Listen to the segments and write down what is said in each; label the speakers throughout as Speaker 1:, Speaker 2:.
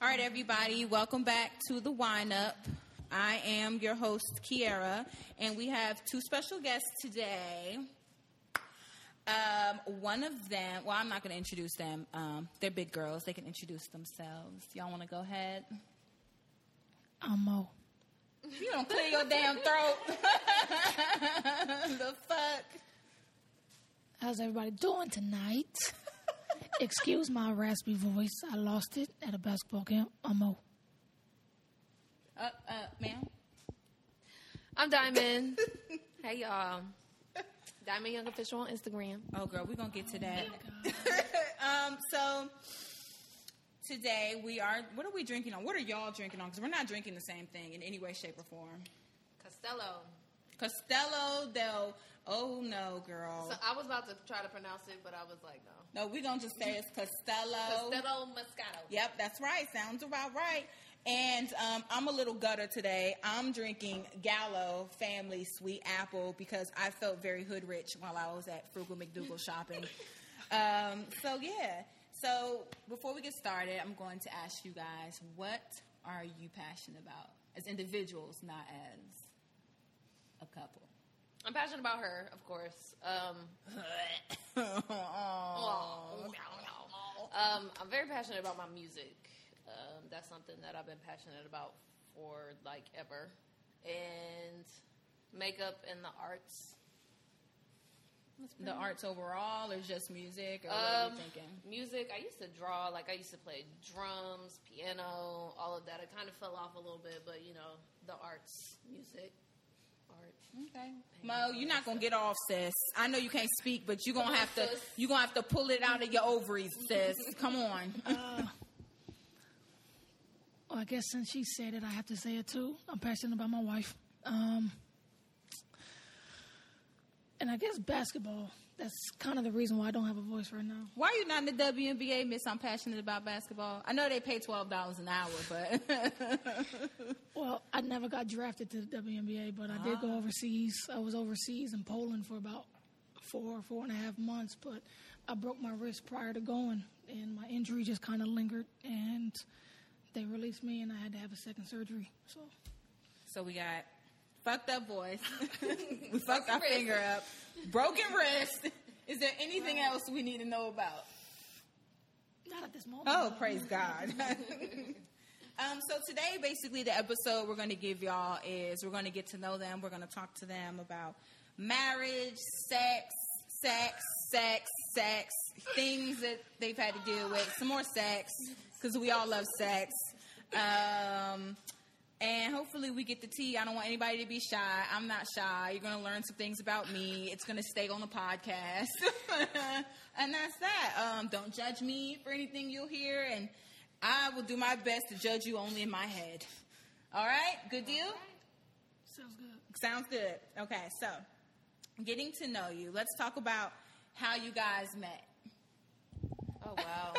Speaker 1: right, everybody, welcome back to the Wine Up. I am your host, Kiera, and we have two special guests today. Um, one of them, well, I'm not going to introduce them. Um, they're big girls. They can introduce themselves. Y'all want to go ahead?
Speaker 2: I'm Mo.
Speaker 1: You don't clear your damn throat. the fuck?
Speaker 2: How's everybody doing tonight? Excuse my raspy voice. I lost it at a basketball game. I'm Mo.
Speaker 1: Uh, uh, ma'am?
Speaker 3: I'm Diamond. hey y'all. Diamond Young Official on Instagram.
Speaker 1: Oh, girl, we're going to get to that. um, so today we are, what are we drinking on? What are y'all drinking on? Because we're not drinking the same thing in any way, shape, or form.
Speaker 3: Costello.
Speaker 1: Costello del, oh no, girl.
Speaker 3: So I was about to try to pronounce it, but I was like, no.
Speaker 1: no, we're going to just say it's Costello.
Speaker 3: Costello Moscato.
Speaker 1: Yep, that's right. Sounds about right. And um, I'm a little gutter today. I'm drinking Gallo Family Sweet Apple because I felt very hood rich while I was at Frugal McDougal shopping. um, so, yeah. So, before we get started, I'm going to ask you guys what are you passionate about as individuals, not as a couple?
Speaker 3: I'm passionate about her, of course. Um, oh, um, I'm very passionate about my music. Um, that's something that I've been passionate about for like ever. And makeup and the arts.
Speaker 1: the arts overall, or just music, or what are
Speaker 3: Um,
Speaker 1: you thinking?
Speaker 3: music. I used to draw. Like I used to play drums, piano, all of that. I kind of fell off a little bit, but you know, the arts, music, art.
Speaker 1: Okay. Mo, you're not gonna get off, sis. I know you can't speak, but you're gonna have to
Speaker 3: sis.
Speaker 1: you gonna have to pull it out of your ovaries, sis. Come on.
Speaker 2: Well, I guess since she said it, I have to say it too. I'm passionate about my wife. Um, and I guess basketball. That's kind of the reason why I don't have a voice right now.
Speaker 1: Why are you not in the WNBA, Miss? I'm passionate about basketball. I know they pay twelve dollars an hour, but
Speaker 2: Well, I never got drafted to the WNBA, but I did go overseas. I was overseas in Poland for about four, four and a half months, but I broke my wrist prior to going, and my injury just kind of lingered, and they released me, and I had to have a second surgery. So,
Speaker 1: so we got fucked up voice. we fucked our finger up. Broken wrist. Is there anything else we need to know about?
Speaker 2: not at this moment.
Speaker 1: Oh, praise God. um, so today, basically, the episode we're going to give y'all is we're going to get to know them. We're going to talk to them about marriage, sex, sex, sex, sex, things that they've had to deal with, some more sex, because we all love sex. Um, and hopefully we get the tea. I don't want anybody to be shy. I'm not shy. You're going to learn some things about me. It's going to stay on the podcast. and that's that. Um, don't judge me for anything you hear. And I will do my best to judge you only in my head. All right? Good deal?
Speaker 2: Sounds good.
Speaker 1: Sounds good. Okay, so getting to know you. Let's talk about how you guys met.
Speaker 3: Oh wow!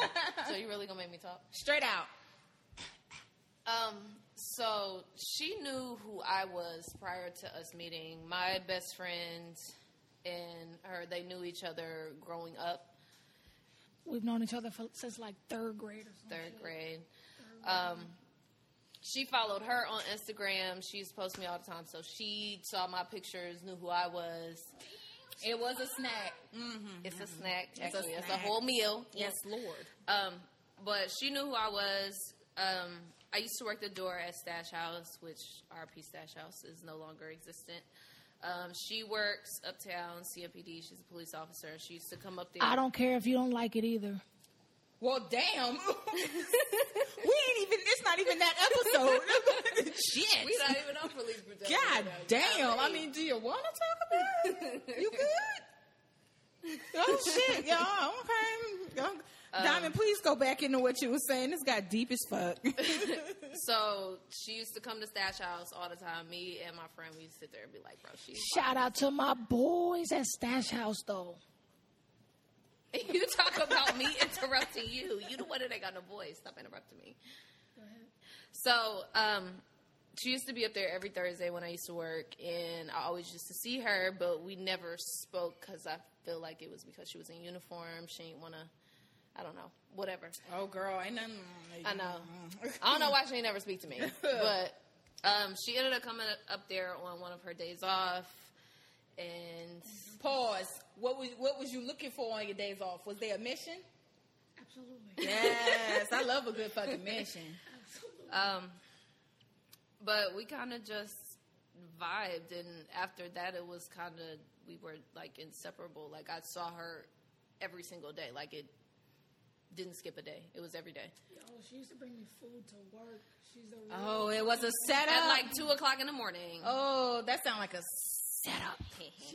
Speaker 3: so you really gonna make me talk?
Speaker 1: Straight out.
Speaker 3: Um, so she knew who I was prior to us meeting. My best friend and her, they knew each other growing up,
Speaker 2: We've known each other for, since like third grade or something.
Speaker 3: third grade. Um, she followed her on Instagram. She used to post me all the time, so she saw my pictures, knew who I was.
Speaker 1: It was a snack. Mm-hmm.
Speaker 3: It's a snack,
Speaker 1: a
Speaker 3: actually. It's a
Speaker 1: snack.
Speaker 3: whole meal.
Speaker 1: Yes, Lord.
Speaker 3: Um, but she knew who I was. Um, I used to work the door at Stash House, which RP Stash House is no longer existent. Um, she works uptown CMPD. She's a police officer. She used to come up there.
Speaker 2: I don't care if you don't like it either.
Speaker 1: Well, damn. we ain't even, it's not even that episode. Shit.
Speaker 3: we not even on police brutality.
Speaker 1: God
Speaker 3: right now.
Speaker 1: damn. I mean, do you want to talk about it? You good? Oh, shit, y'all. Okay. Y'all- Diamond, please go back into what you were saying. This got deep as fuck.
Speaker 3: so she used to come to Stash House all the time. Me and my friend, we used to sit there and be like, "Bro, she's."
Speaker 2: Shout out to my boys at Stash House, though.
Speaker 3: you talk about me interrupting you. You the one that ain't got no voice. Stop interrupting me. So, um, she used to be up there every Thursday when I used to work, and I always used to see her, but we never spoke because I feel like it was because she was in uniform. She didn't want to, I don't know. whatever.
Speaker 1: Oh, girl, ain't nothing.
Speaker 3: I know. I don't know why she ain't never speak to me, but um, she ended up coming up there on one of her days off, and
Speaker 1: Pause. What was what was you looking for on your days off? Was there a mission?
Speaker 2: Absolutely.
Speaker 1: Yes, I love a good fucking mission.
Speaker 3: um, but we kind of just vibed, and after that, it was kind of we were like inseparable. Like I saw her every single day. Like it didn't skip a day. It was every day.
Speaker 2: Yo, she used to bring me food to work. She's a real
Speaker 1: Oh, it was a setup.
Speaker 3: At like two o'clock in the morning.
Speaker 1: oh, that sound like a setup.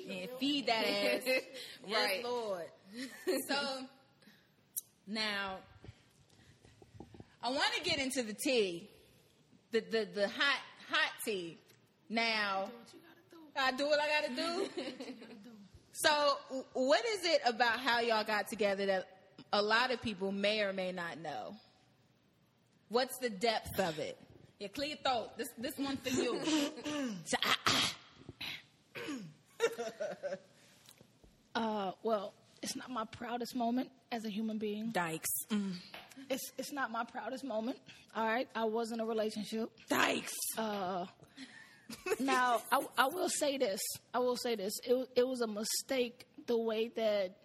Speaker 1: and feed that ass.
Speaker 3: right.
Speaker 1: Yes, Lord. So now I want to get into the tea, the the the hot hot tea. Now
Speaker 2: what you gotta do.
Speaker 1: I do what I gotta do.
Speaker 2: gotta do.
Speaker 1: So, w- what is it about how y'all got together that a lot of people may or may not know? What's the depth of it? Yeah, clear your throat. This this one for you.
Speaker 2: Uh, well, it's not my proudest moment as a human being.
Speaker 1: Dykes. Mm.
Speaker 2: It's it's not my proudest moment. All right, I was in a relationship.
Speaker 1: Dykes.
Speaker 2: Uh, now I, I will say this. I will say this. It wa- it was a mistake the way that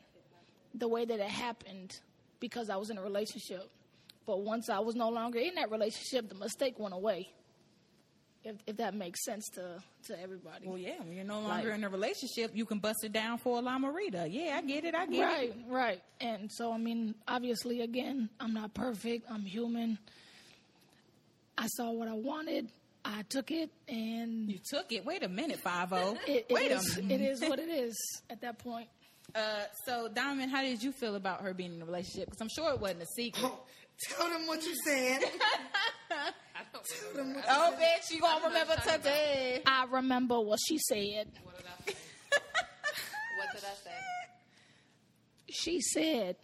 Speaker 2: the way that it happened because I was in a relationship. But once I was no longer in that relationship, the mistake went away. If if that makes sense to to everybody.
Speaker 1: well, yeah, when you're no longer
Speaker 2: Like-
Speaker 1: in a relationship, you can bust it down for a La Morita. Yeah, I get it. I get it.
Speaker 2: Right, right. And so, I mean, obviously, again, I'm not perfect. I'm human. I saw what I wanted. I took it, and
Speaker 1: You took it. Wait a minute, Five oh. O.
Speaker 2: it, it,
Speaker 1: Wait
Speaker 2: is,
Speaker 1: a minute.
Speaker 2: it is what it is at that point.
Speaker 1: Uh, so, Diamond, how did you feel about her being in a relationship? Because I'm sure it wasn't a secret.
Speaker 4: Tell them what you're saying.
Speaker 3: I don't remember.
Speaker 1: oh, bitch, you gonna remember today?
Speaker 2: I remember what she said.
Speaker 3: What did I say? what did I say?
Speaker 2: She said,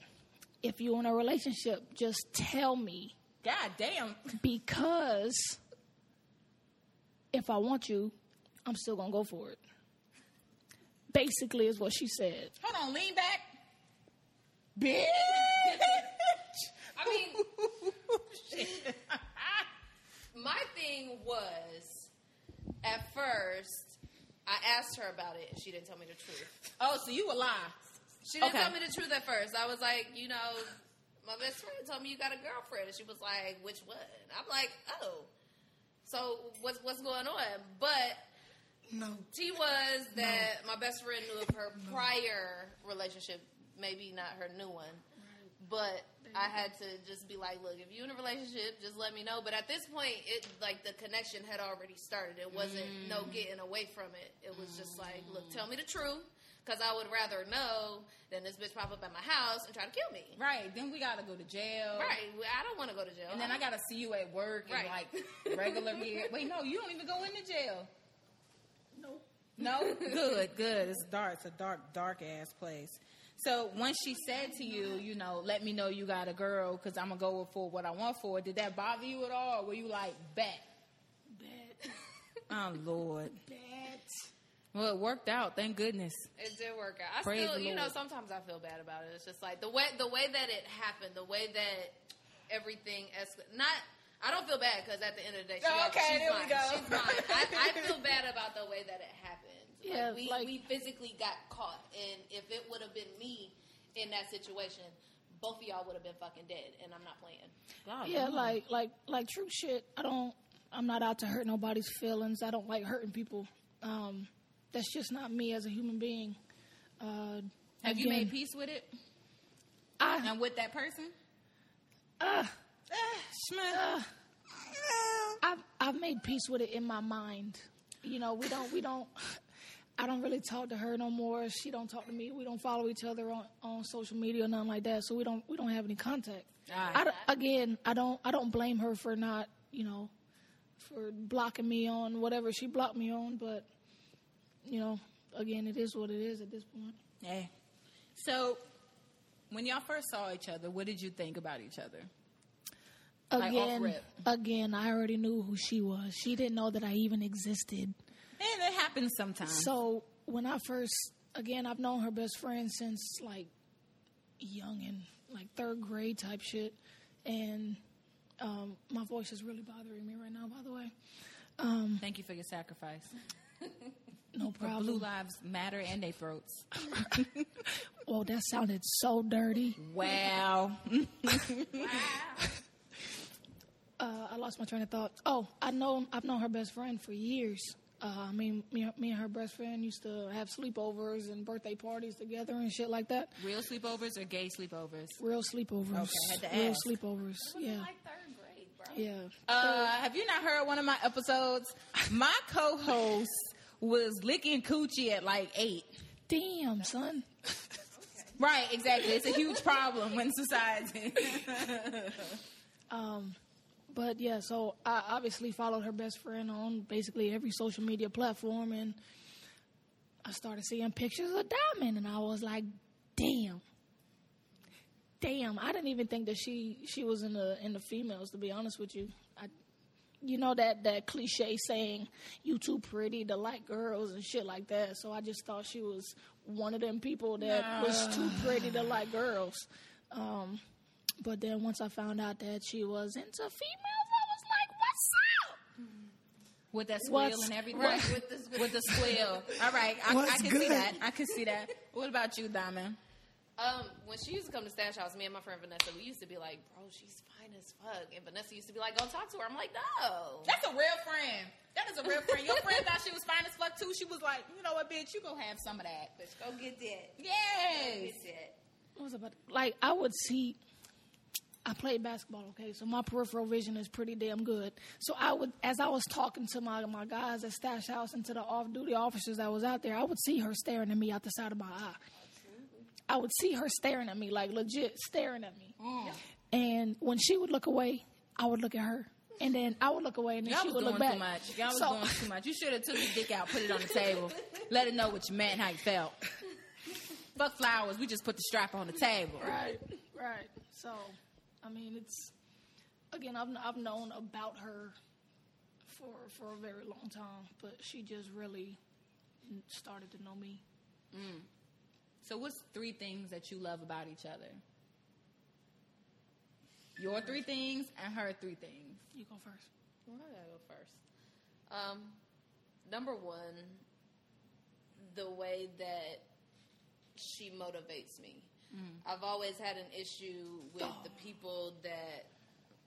Speaker 2: if you're in a relationship, just tell me
Speaker 1: God damn.
Speaker 2: because if I want you, I'm still going to go for it. Basically, is what she said.
Speaker 1: Hold on, lean back. Bitch.
Speaker 3: I mean, my thing was at first I asked her about it and she didn't tell me the truth.
Speaker 1: oh, so you a lie.
Speaker 3: She didn't
Speaker 1: Okay.
Speaker 3: tell me the truth at first. I was like, you know, my best friend told me you got a girlfriend, and she was like, which one? I'm like, oh, so what's what's going on? But
Speaker 4: no.
Speaker 3: She was that my best friend knew of her prior relationship, maybe not her new one. But I had to just be like, look, if you're in a relationship, just let me know. But at this point, it like the connection had already started. It wasn't
Speaker 1: Mm.
Speaker 3: no getting away from it. It was just like, look, tell me the truth, because I would rather know than this bitch pop up at my house and try to kill me.
Speaker 1: Right. Then we gotta go to jail.
Speaker 3: Right? Well, I don't want to go to jail.
Speaker 1: And then I gotta see you at work and
Speaker 3: Right.
Speaker 1: like regular year. Wait, no, you don't even go into jail.
Speaker 2: Nope.
Speaker 1: No? Good, good. It's dark. It's a dark, dark ass place. So once she said to you, you know, let me know you got a girl because I'm gonna go for what I want for. it," Did that bother you at all? Were you like, bet?
Speaker 2: Bad,
Speaker 1: Oh Lord.
Speaker 2: bad.
Speaker 1: Well, it worked out. Thank goodness.
Speaker 3: It did work out. I
Speaker 1: Praise
Speaker 3: still,
Speaker 1: the
Speaker 3: you know,
Speaker 1: Lord.
Speaker 3: sometimes I feel bad about it. It's just like the way the way that it happened, the way that everything escalated. Not, I don't feel bad because at the end of the day, she
Speaker 1: Oh,
Speaker 3: got-
Speaker 1: okay,
Speaker 3: she's
Speaker 1: there we
Speaker 3: mine.
Speaker 1: go.
Speaker 3: She's mine. I, I feel bad about the way that it happened. Like,
Speaker 2: Yeah,
Speaker 3: we
Speaker 2: like-
Speaker 3: we physically got caught, and if it would have been me in that situation, both of y'all would have been fucking dead, and I'm not playing.
Speaker 2: Yeah, like like like true shit. I don't. I'm not out to hurt nobody's feelings. I don't like hurting people. Um, that's just not me as a human being. Uh,
Speaker 1: Have you
Speaker 2: again,
Speaker 1: made peace with it?
Speaker 2: I
Speaker 1: And with that person?
Speaker 2: uh,
Speaker 1: Ah, Shmuh.
Speaker 2: I've I've made peace with it in my mind. You know, we don't we don't. I don't really talk to her no more. She don't talk to me. We don't follow each other on, on social media or nothing like that. So we don't we don't have any contact.
Speaker 1: Alright.
Speaker 2: I don't- again, I don't I don't blame her for not you know for blocking me on whatever she blocked me on. But you know, again, it is what it is at this point.
Speaker 1: Yeah. So, when y'all first saw each other, what did you think about each other? Like, off
Speaker 2: Again,
Speaker 1: rip.
Speaker 2: again, I already knew who she was. She didn't know that I even existed.
Speaker 1: And it happens sometimes.
Speaker 2: So when I first, again, I've known her best friend since like young and like third grade type shit. And um, my voice is really bothering me right now, by the way.
Speaker 1: Thank you for your sacrifice.
Speaker 2: No
Speaker 1: For Blue
Speaker 2: problem.
Speaker 1: lives matter and they throats.
Speaker 2: Whoa, that sounded so dirty.
Speaker 1: Wow.
Speaker 2: uh, I lost my train of thought. Oh, I know I've known her best friend for years. Uh, I mean, me, me and her best friend used to have sleepovers and birthday parties together and shit like that.
Speaker 1: Real sleepovers or gay sleepovers?
Speaker 2: Real sleepovers.
Speaker 1: Okay, had to
Speaker 2: Real
Speaker 1: ask.
Speaker 2: sleepovers. Yeah,
Speaker 3: Like third grade, bro.
Speaker 2: yeah.
Speaker 1: Uh, have you not heard one of my episodes? My co-host was licking coochie at like eight.
Speaker 2: Damn, son.
Speaker 1: Right, exactly. It's a huge problem in society.
Speaker 2: But yeah, so I obviously followed her best friend on basically every social media platform, and I started seeing pictures of Diamond, and I was like, "Damn, damn!" I didn't even think that she she was in the in the females. To be honest with you, I, you know that that cliche saying, "You too pretty to like girls" and shit like that. So I just thought she was one of them people that was too pretty to like girls. Um, but then once I found out that she was into females, I was like, "What's up?"
Speaker 1: With that squeal
Speaker 2: What's-
Speaker 1: and everything.
Speaker 3: Right.
Speaker 1: With, the, with the squeal. All right, I, I
Speaker 4: What's
Speaker 1: can see
Speaker 4: good?
Speaker 1: that. I can see that. What about you, Diamond?
Speaker 3: Um, when she used to come to Stash House, me and my friend Vanessa, we used to be like, bro, she's fine as fuck. And Vanessa used to be like, go talk to her. I'm like, no.
Speaker 1: That's a real friend. That is a real friend. Your friend thought she was fine as fuck too. She was like, you know what, bitch, you go have some of that.
Speaker 3: Bitch, go get that.
Speaker 1: Yes.
Speaker 3: Get that.
Speaker 2: What was I about? to- Like I would see. I played basketball, okay, so my peripheral vision is pretty damn good. So I would, as I was talking to my my guys at Stash House and to the off duty officers that was out there, I would see her staring at me out the side of my eye. I would see her staring at me, like legit staring at me.
Speaker 1: Mm.
Speaker 2: And when she would look away, I would look at her, and then I would look away, and then
Speaker 1: Y'all
Speaker 2: she
Speaker 1: was
Speaker 2: would
Speaker 1: doing
Speaker 2: look back.
Speaker 1: too much. Y'all was
Speaker 2: So-
Speaker 1: doing too much. You should have took your dick out, put it on the table, let it know what you meant, how you felt. Fuck flowers. We just put the strap on the table.
Speaker 2: Right, right. So, I mean, it's again, I've I've known about her for for a very long time, but she just really n- started to know me.
Speaker 1: So, what's three things that you love about each other? Your three things and her three things.
Speaker 2: You go first.
Speaker 3: Well, I gotta go first. Um, number one, the way that she motivates me. I've always had an issue with the people that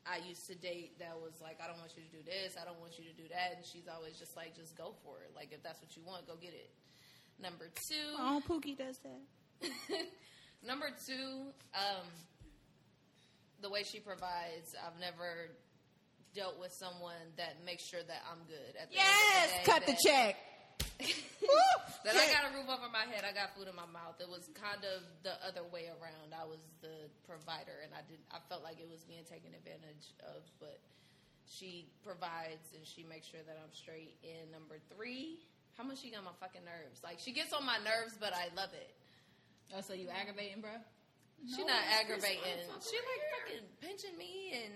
Speaker 3: I used to date that was like, I don't want you to do this, I don't want you to do that. And she's always just like, just go for it. Like, if that's what you want, go get it. Number two.
Speaker 1: Pookie does that.
Speaker 3: Number two, um, the way she provides, I've never dealt with someone that makes sure that I'm good. At the
Speaker 1: Yes.
Speaker 3: end of the day,
Speaker 1: Cut the
Speaker 3: that-
Speaker 1: check. Woo!
Speaker 3: That
Speaker 1: Check.
Speaker 3: I got a roof over my head, I got food in my mouth. It was kind of the other way around. I was the provider, and I didn't. I felt like it was being taken advantage of, but she provides and she makes sure that I'm straight. And number three, how much she got my fucking nerves? Like she gets on my nerves, but I love it.
Speaker 1: Oh, so you aggravating, bro?
Speaker 3: She not aggravating. She like fucking pinching me and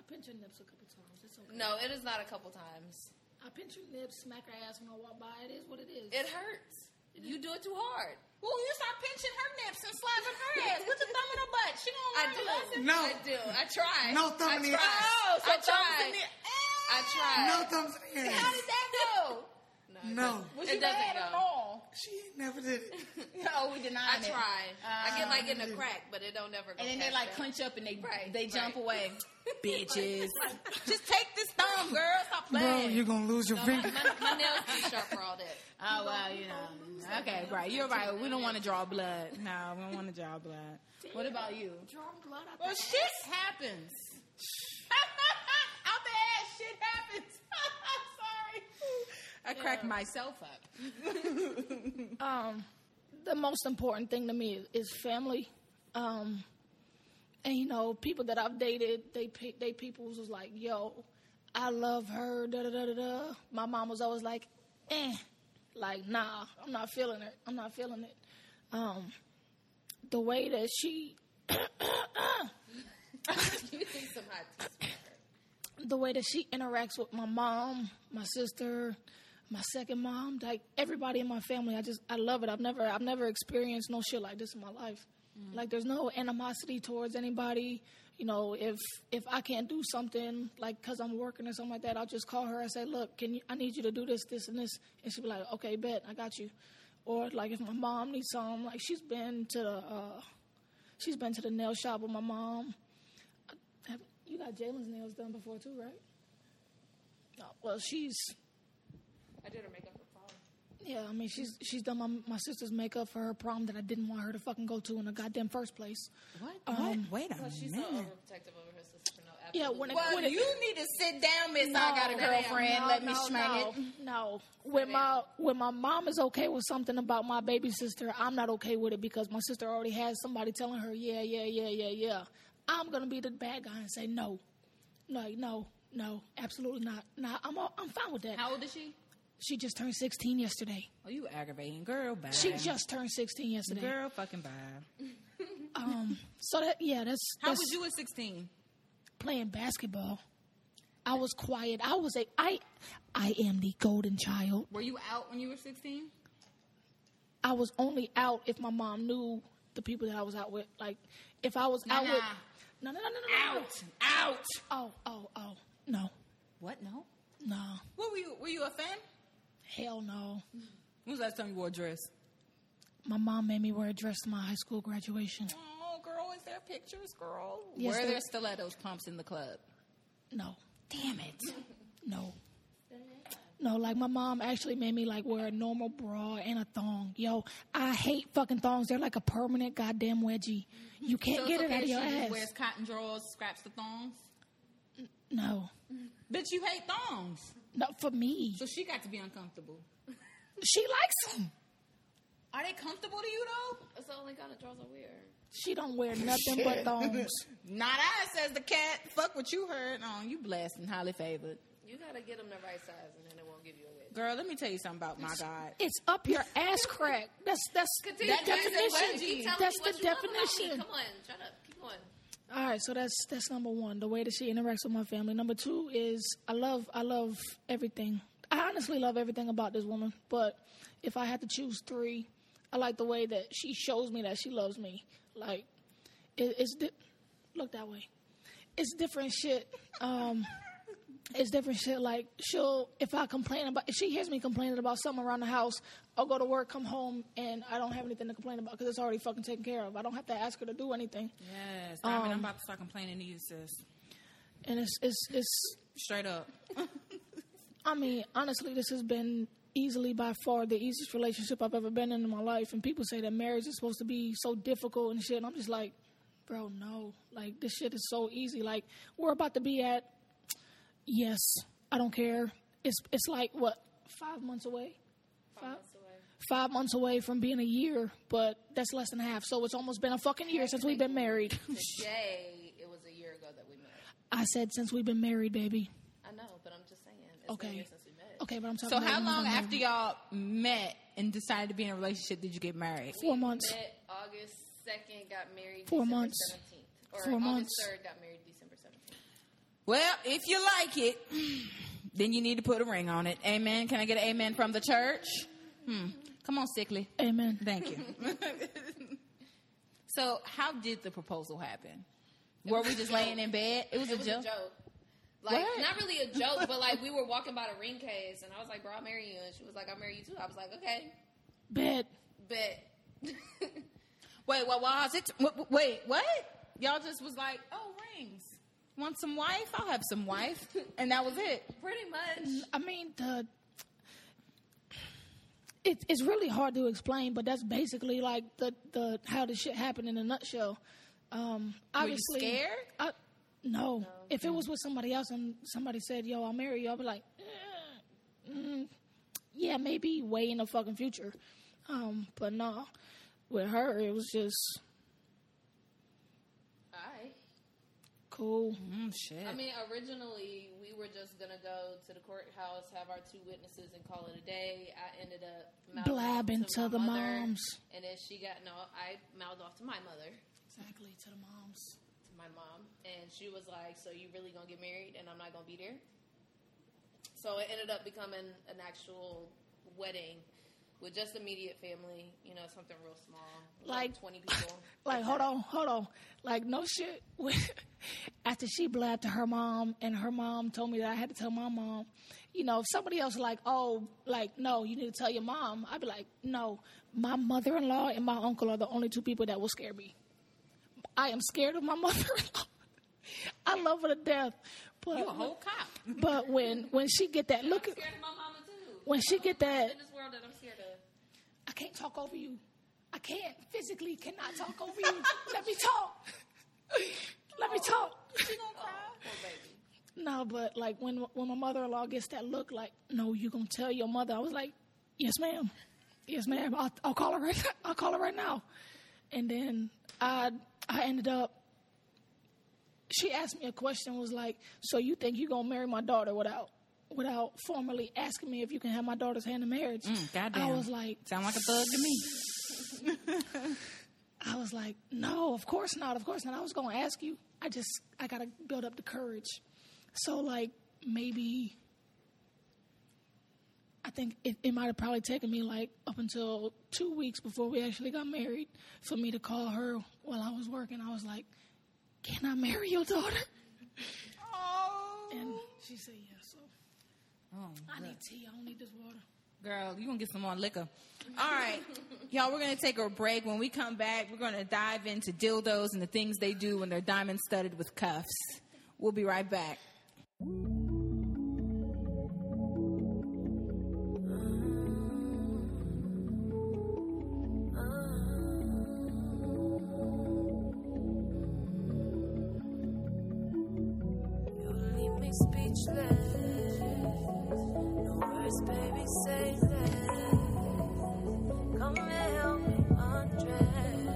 Speaker 2: I pinch her nips a couple times. It's okay.
Speaker 3: no, it is not a couple times.
Speaker 2: I pinch her nips, smack her ass when I walk by. It is what it is.
Speaker 3: It hurts. You do it too hard.
Speaker 1: Well, you start pinching her nips and slapping her ass. Put your thumb in her butt. She gonna
Speaker 3: I
Speaker 1: learn a lesson.
Speaker 3: do.
Speaker 4: No.
Speaker 3: I do. I try.
Speaker 4: No thumb
Speaker 3: I
Speaker 4: in the
Speaker 3: try.
Speaker 4: ass.
Speaker 1: Oh, so
Speaker 3: I
Speaker 1: thumbs
Speaker 3: try.
Speaker 1: in the-
Speaker 3: I try.
Speaker 4: No thumbs in the air.
Speaker 1: How did that go?
Speaker 3: it
Speaker 4: No.
Speaker 3: doesn't.
Speaker 1: Was
Speaker 3: it
Speaker 1: she
Speaker 3: doesn't
Speaker 1: mad
Speaker 3: go.
Speaker 1: at all?
Speaker 4: She never did it.
Speaker 1: No, we denied
Speaker 3: I
Speaker 1: it.
Speaker 3: try. I get like in the
Speaker 4: Um,
Speaker 3: crack, but it don't ever. Go
Speaker 1: And then they
Speaker 3: past
Speaker 1: like
Speaker 3: that.
Speaker 1: clench up and they
Speaker 3: Right,
Speaker 1: they jump
Speaker 3: right.
Speaker 1: away. Bitches. Just take this thumb, girl. Stop
Speaker 4: Bro,
Speaker 1: playing.
Speaker 4: you're gonna lose your finger.
Speaker 3: My, my nails too sharp for all that.
Speaker 1: oh, well, you know. Okay, right. You're right. We don't want to draw blood. No, we don't want to draw blood. What about you?
Speaker 2: Drawing blood out
Speaker 1: Well,
Speaker 2: the
Speaker 1: shit happens. Out the ass, shit happens. Sorry. I cracked myself up.
Speaker 2: um, the most important thing to me is, is family. Um, and you know, people that I've dated, they pe- they people was like, "Yo, I love her." Da da da da da. My mom was always like, "Eh, like nah, I'm not feeling it. I'm not feeling it." Um, the way that she
Speaker 3: You think some hot tea smoker.
Speaker 2: the way that she interacts with my mom, my sister, my second mom, like everybody in my family, I just I love it. I've never I've never experienced no shit like this in my life. Like there's no animosity towards anybody. You know, if if I can't do something like because I'm working or something like that, I'll just call her and say, "Look, can you? I need you to do this, this, and this," and she'll be like, "Okay, bet, I got you." Or like if my mom needs something, like she's been to the uh, she's been to the nail shop with my mom. Have, you got Jalen's nails done before too, right? No, well, she's
Speaker 3: I did her makeup for prom.
Speaker 2: yeah, I mean, she's she's done my my sister's makeup for her prom that I didn't want her to fucking go to in the goddamn first place.
Speaker 1: What?
Speaker 2: Um,
Speaker 1: what? Wait a
Speaker 4: Oh,
Speaker 3: But she's so
Speaker 1: minute.
Speaker 3: overprotective over her sister for no
Speaker 2: Yeah,
Speaker 3: absolute
Speaker 2: when it,
Speaker 1: well,
Speaker 2: when it,
Speaker 1: you need to sit down, Miss. I got a
Speaker 3: No,
Speaker 1: girlfriend.
Speaker 2: no,
Speaker 1: Let me
Speaker 2: no,
Speaker 1: smell it.
Speaker 2: No, no. when my when my mom is okay with something about my baby sister, I'm not okay with it because my sister already has somebody telling her, yeah, yeah, yeah, yeah, yeah. I'm gonna be the bad guy and say no, no, no, no, absolutely not. Nah, I'm all, I'm fine with that.
Speaker 3: How old is she?
Speaker 2: She just turned 16 yesterday.
Speaker 1: Oh, you aggravating girl. Bye.
Speaker 2: She just turned 16 yesterday.
Speaker 1: girl. Fucking bye.
Speaker 2: Um, so that yeah, that's
Speaker 1: How
Speaker 2: that's
Speaker 1: was you at sixteen?
Speaker 2: playing basketball. I was quiet. I was a I I am the golden child.
Speaker 1: Were you out when you were sixteen?
Speaker 2: I was only out if my mom knew the people that I was out with. Like if I was out with
Speaker 1: Nah.
Speaker 2: no no no no no no.
Speaker 1: Out. Out.
Speaker 2: Oh oh oh no
Speaker 1: What? No.
Speaker 2: no
Speaker 1: What were you? Were you a fan?
Speaker 2: hell no.
Speaker 1: When was the last time you wore a dress?
Speaker 2: My mom made me wear a dress to my high school graduation.
Speaker 1: Oh, girl, is there pictures, girl?
Speaker 2: Yes,
Speaker 1: were
Speaker 2: there-
Speaker 1: there stilettos pumps in the club?
Speaker 2: No
Speaker 1: Damn it.
Speaker 2: no. No, like my mom actually made me like wear a normal bra and a thong. Yo, I hate fucking thongs. They're like a permanent goddamn wedgie. You can't get it out of your
Speaker 1: she
Speaker 2: ass.
Speaker 1: wears cotton drawers, scraps the thongs.
Speaker 2: No.
Speaker 1: Bitch, you hate thongs.
Speaker 2: Not for me.
Speaker 1: So she got to be uncomfortable.
Speaker 2: She likes them.
Speaker 1: Are they comfortable to you, though?
Speaker 3: That's the only kind of draws I wear.
Speaker 2: She don't wear nothing but thongs.
Speaker 1: Not I, says the cat. Fuck what you heard. Oh, you blessed and highly favored.
Speaker 3: You gotta get them the right size, and then it won't give you a wedge.
Speaker 1: Girl, let me tell you something about my God.
Speaker 2: It's up your ass crack. That's that's
Speaker 3: Continue.
Speaker 2: the
Speaker 3: That's
Speaker 1: wedgie.
Speaker 2: definition.
Speaker 3: Keep telling
Speaker 2: That's
Speaker 3: me
Speaker 2: the
Speaker 3: what you love about me.
Speaker 2: definition.
Speaker 3: Come on, shut up. Keep going.
Speaker 2: All right, so that's that's number one. The way that she interacts with my family. Number two is I love I love everything. I honestly love everything about this woman. But if I had to choose three, I like the way that she shows me that she loves me. Like it, it's di- look that way. It's different shit. Um, it's different shit. Like she'll if I complain about if she hears me complaining about something around the house, I'll go to work, come home, and I don't have anything to complain about because it's already fucking taken care of. I don't have to ask her to do anything.
Speaker 1: Yes, I
Speaker 2: Um,
Speaker 1: mean, I'm about to start complaining to you, sis.
Speaker 2: and it's it's it's
Speaker 1: Straight up.
Speaker 2: I mean, honestly, this has been easily by far the easiest relationship I've ever been in in my life. And people say that marriage is supposed to be so difficult and shit. And I'm just like, bro, no. Like, this shit is so easy. Like, we're about to be at, yes, I don't care. It's, it's like, what, five months away? Five, five months away from being a year, but that's less than half. So it's almost been a fucking year since we've been married.
Speaker 3: Today, it was a year ago that we met.
Speaker 2: I said, since we've been married, baby.
Speaker 3: I know, but I'm just saying. It's
Speaker 2: Okay.
Speaker 3: been a year since we met.
Speaker 2: Okay, but I'm talking
Speaker 1: So,
Speaker 2: about
Speaker 1: how
Speaker 2: when we
Speaker 1: long
Speaker 2: got
Speaker 1: after y'all met and decided to be in a relationship did you get married?
Speaker 2: married. four months.
Speaker 3: Met August 2nd, got married
Speaker 2: Four
Speaker 3: December
Speaker 2: months.
Speaker 3: 17th. Or
Speaker 2: Four
Speaker 3: August
Speaker 2: months.
Speaker 3: 3rd, got married December 17th.
Speaker 1: Well, if you like it, then you need to put a ring on it. Amen. Can I get an amen from the church? Hmm. Come on, sickly.
Speaker 2: Amen.
Speaker 1: Thank you. so, how did the proposal happen? Were we just laying in bed? It was,
Speaker 3: It
Speaker 1: a,
Speaker 3: was
Speaker 1: joke.
Speaker 3: a joke. Like,
Speaker 1: What?
Speaker 3: not really a joke, but like, we were walking by the ring case, and I was like, bro, I'll marry you. And she was like, I'll marry you too. I was like, okay,
Speaker 2: Bet.
Speaker 3: but
Speaker 1: Wait, what was it? Wait, wait, what? Y'all just was like, oh, rings. Want some wife? I'll have some wife. And that was it.
Speaker 3: Pretty much.
Speaker 2: I mean, the it, it's really hard to explain, but that's basically like the the how the shit happened in a nutshell. Um,
Speaker 1: you
Speaker 2: obviously,
Speaker 1: scared?
Speaker 2: I, no. If it was with somebody else and somebody said, "Yo, I'll marry you," I'll be like, eh, mm, "Yeah, maybe way in the fucking future." Um, but no, with her, it was just
Speaker 3: All right.
Speaker 2: cool.
Speaker 1: Mm, shit.
Speaker 3: I mean, originally we were just gonna go to the courthouse, have our two witnesses, and call it a day. I ended up mouthing
Speaker 2: Blabbing
Speaker 3: off
Speaker 2: to the
Speaker 3: my mother,
Speaker 2: moms.
Speaker 3: and then she got no. I mouthed off to my mother,
Speaker 2: Exactly to the moms.
Speaker 3: to my mom, and she was like, "So you really gonna get married, and I'm not gonna be there?" So it ended up becoming an actual wedding. with just immediate family, you know, something real small,
Speaker 2: Like-
Speaker 3: 20 people.
Speaker 2: Like, hold on, hold on. Like, no shit. After she blabbed to her mom, and her mom told me that I had to tell my mom, you know, if somebody else like, oh, like, no, you need to tell your mom, I'd be like, no, my mother in law and my uncle are the only two people that will scare me. I am scared of my mother in law. I love her to death. But,
Speaker 3: You a whole cop. I'm
Speaker 2: but when when she get that look,
Speaker 3: scared of my mama too.
Speaker 2: when she get that,
Speaker 3: in this world that I'm scared of.
Speaker 2: I can't talk over you. I can't physically cannot talk over you. Let me talk. Let me talk.
Speaker 3: She gonna cry? Poor baby.
Speaker 2: No, but like when when my mother in law gets that look, like, no, you gonna tell your mother? I was like, yes, ma'am, yes, ma'am. I'll, I'll call her. Right, I'll call her right now. And then I I ended up. She asked me a question. Was like, so you think you gonna marry my daughter without without formally asking me if you can have my daughter's hand in marriage? I was like,
Speaker 1: Mm, sound like a thug to me.
Speaker 2: I was like, no, of course not, of course not. I was going to ask you. I just, I got to build up the courage. So, like, maybe, I think it, it might have probably taken me, like, up until two weeks before we actually got married for me to call her while I was working. I was like, can I marry your daughter?
Speaker 1: Oh,
Speaker 2: And she said, yes. So, I need tea. I don't need this water.
Speaker 1: girl, you gonna get some more liquor. All right, y'all, we're gonna take a break. When we come back, we're gonna dive into dildos and the things they do when they're diamond studded with cuffs. We'll be right back.
Speaker 5: You leave me speechless. No words, baby, say less. Come and help me undress.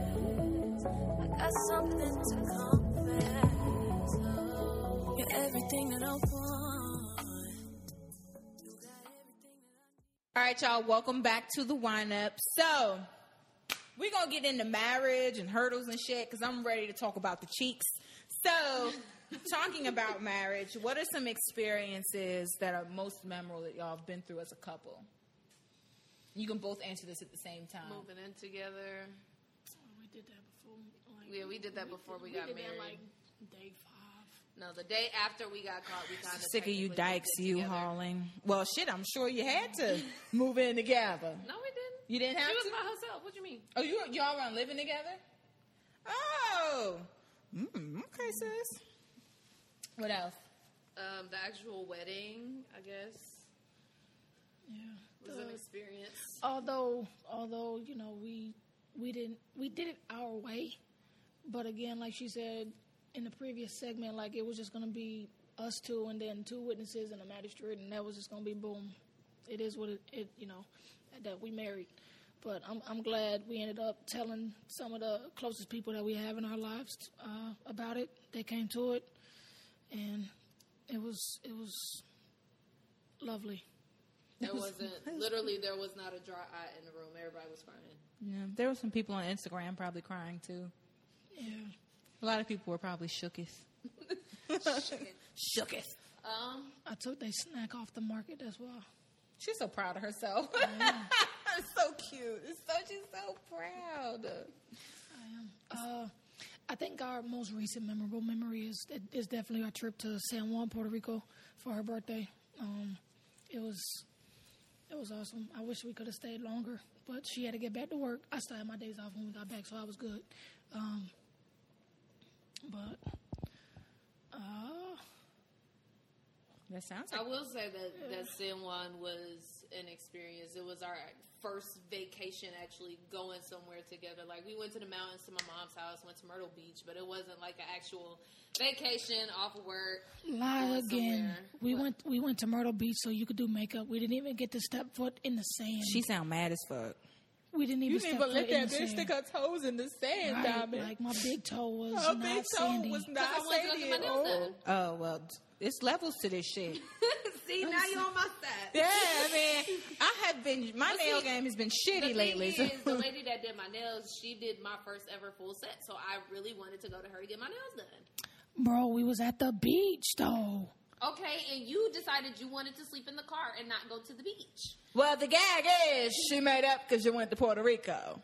Speaker 5: I got something to confess. Oh, you're everything that I want. You got everything that I
Speaker 1: All right, y'all, welcome back to the wind up. So, we're gonna get into marriage and hurdles and shit because I'm ready to talk about the cheeks. So, talking about marriage, what are some experiences that are most memorable that y'all have been through as a couple? You can both answer this at the same time.
Speaker 3: Moving in together.
Speaker 2: Oh, we did that before.
Speaker 3: Yeah, we did that before we got married.
Speaker 2: day five.
Speaker 3: No, the day after we got caught, we kind of
Speaker 1: Sick of you dykes, you hauling. Well, shit, I'm sure you had to move in together.
Speaker 3: No, we didn't.
Speaker 1: You didn't have
Speaker 3: She was
Speaker 1: to.
Speaker 3: by herself. What you mean?
Speaker 1: Oh, you y'all weren't living together? Oh. Mm, okay, sis. What else?
Speaker 3: Um, the actual wedding, I guess,
Speaker 2: Yeah.
Speaker 3: was an
Speaker 2: The-
Speaker 3: experience.
Speaker 2: although although you know we we didn't we did it our way but again like she said in the previous segment like it was just going to be us two and then two witnesses and a magistrate and that was just going to be boom it is what it, it you know that we married but I'm, I'm glad we ended up telling some of the closest people that we have in our lives uh, about it they came to it and it was it was lovely
Speaker 3: There wasn't literally there was not a dry eye in the room. Everybody was crying.
Speaker 1: Yeah, there were some people on Instagram probably crying too.
Speaker 2: yeah
Speaker 1: A lot of people were probably shooketh. shooketh.
Speaker 3: Um,
Speaker 2: I took that snack off the market. That's why.
Speaker 1: She's so proud of herself. so cute. It's so she's so proud.
Speaker 2: Uh, I think our most recent memorable memory is is definitely our trip to San Juan, Puerto Rico, for her birthday. Um, it was it was awesome. I wish we could have stayed longer, but she had to get back to work. I still had my days off when we got back, so I was good. Um, but uh,
Speaker 1: That sounds
Speaker 3: I will say that that San Juan was an experience. It was our first vacation actually going somewhere together. Like we went to the mountains to my mom's house, went to Myrtle Beach, but it wasn't like an actual vacation off of work.
Speaker 2: lie
Speaker 3: going
Speaker 2: again.
Speaker 3: somewhere.
Speaker 2: We
Speaker 3: What?
Speaker 2: went we went to Myrtle Beach so you could do makeup. We didn't even get to step foot in the sand.
Speaker 1: She sound mad as fuck.
Speaker 2: we didn't even
Speaker 1: You
Speaker 2: step
Speaker 1: didn't even
Speaker 2: foot
Speaker 1: let
Speaker 2: in
Speaker 1: that
Speaker 2: the
Speaker 1: bitch
Speaker 2: sand.
Speaker 1: stick her toes in the sand,
Speaker 2: Right,
Speaker 1: Diamond.
Speaker 2: Like my big toe was
Speaker 1: her
Speaker 2: not
Speaker 1: big toe
Speaker 2: sandy.
Speaker 1: was not
Speaker 3: I wanted to go
Speaker 1: sandy
Speaker 3: get my
Speaker 1: at
Speaker 3: nails
Speaker 1: all.
Speaker 3: done.
Speaker 1: Oh well, it's levels to this shit.
Speaker 3: See, now you're on my side.
Speaker 1: Yeah, I mean, I have been my
Speaker 3: But
Speaker 1: nail
Speaker 3: see,
Speaker 1: game has been
Speaker 3: The
Speaker 1: shitty
Speaker 3: thing
Speaker 1: lately. so-
Speaker 3: is, the lady that did my nails, she did my first ever full set, so I really wanted to go to her to get my nails done.
Speaker 2: Bro, we was at the beach though.
Speaker 3: Okay, and you decided you wanted to sleep in the car and not go to the beach.
Speaker 1: Well, the gag is she made up because you went to Puerto Rico.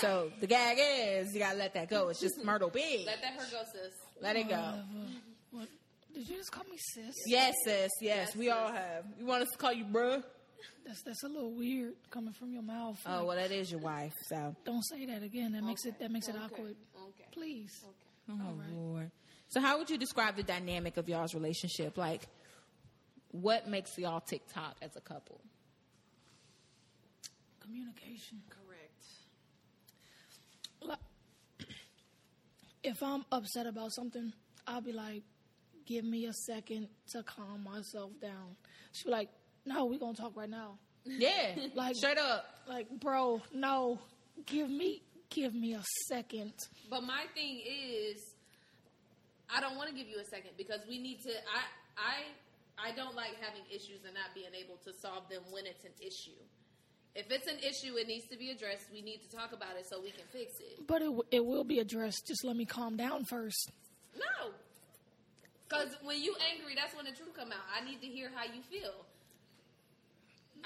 Speaker 1: So the gag is you gotta let that go. It's just Myrtle Beach.
Speaker 3: Let that her go, sis.
Speaker 1: Let it go.
Speaker 2: Whatever. What? Did you just call me sis?
Speaker 1: Yes, sis. Yes,
Speaker 3: Yes, Mm-hmm.
Speaker 1: we all have. You want us to call you bruh?
Speaker 2: That's that's a little weird coming from your mouth.
Speaker 1: Oh,
Speaker 2: Like,
Speaker 1: well, that is your wife. So,
Speaker 2: Don't say that again. That makes it that makes it awkward.
Speaker 3: Okay.
Speaker 2: Please.
Speaker 1: oh lord. So, how would you describe the dynamic of y'all's relationship? Like, what makes y'all tick tock as a couple?
Speaker 2: Communication.
Speaker 6: Correct.
Speaker 2: Like, if I'm upset about something, I'll be like, give me a second to calm myself down. She'll be like, no, we're going to talk right now.
Speaker 1: Yeah, like
Speaker 2: Like-
Speaker 1: straight up.
Speaker 2: Like, bro, no, give me, give me a second.
Speaker 3: But my thing is, I don't want to give you a second because we need to. I I I don't like having issues and not being able to solve them when it's an issue. If it's an issue, it needs to be addressed. We need to talk about it so we can fix it.
Speaker 2: But it, w- it will be addressed. Just let me calm down first.
Speaker 3: No, because when you angry, that's when the truth come out. I need to hear how you feel.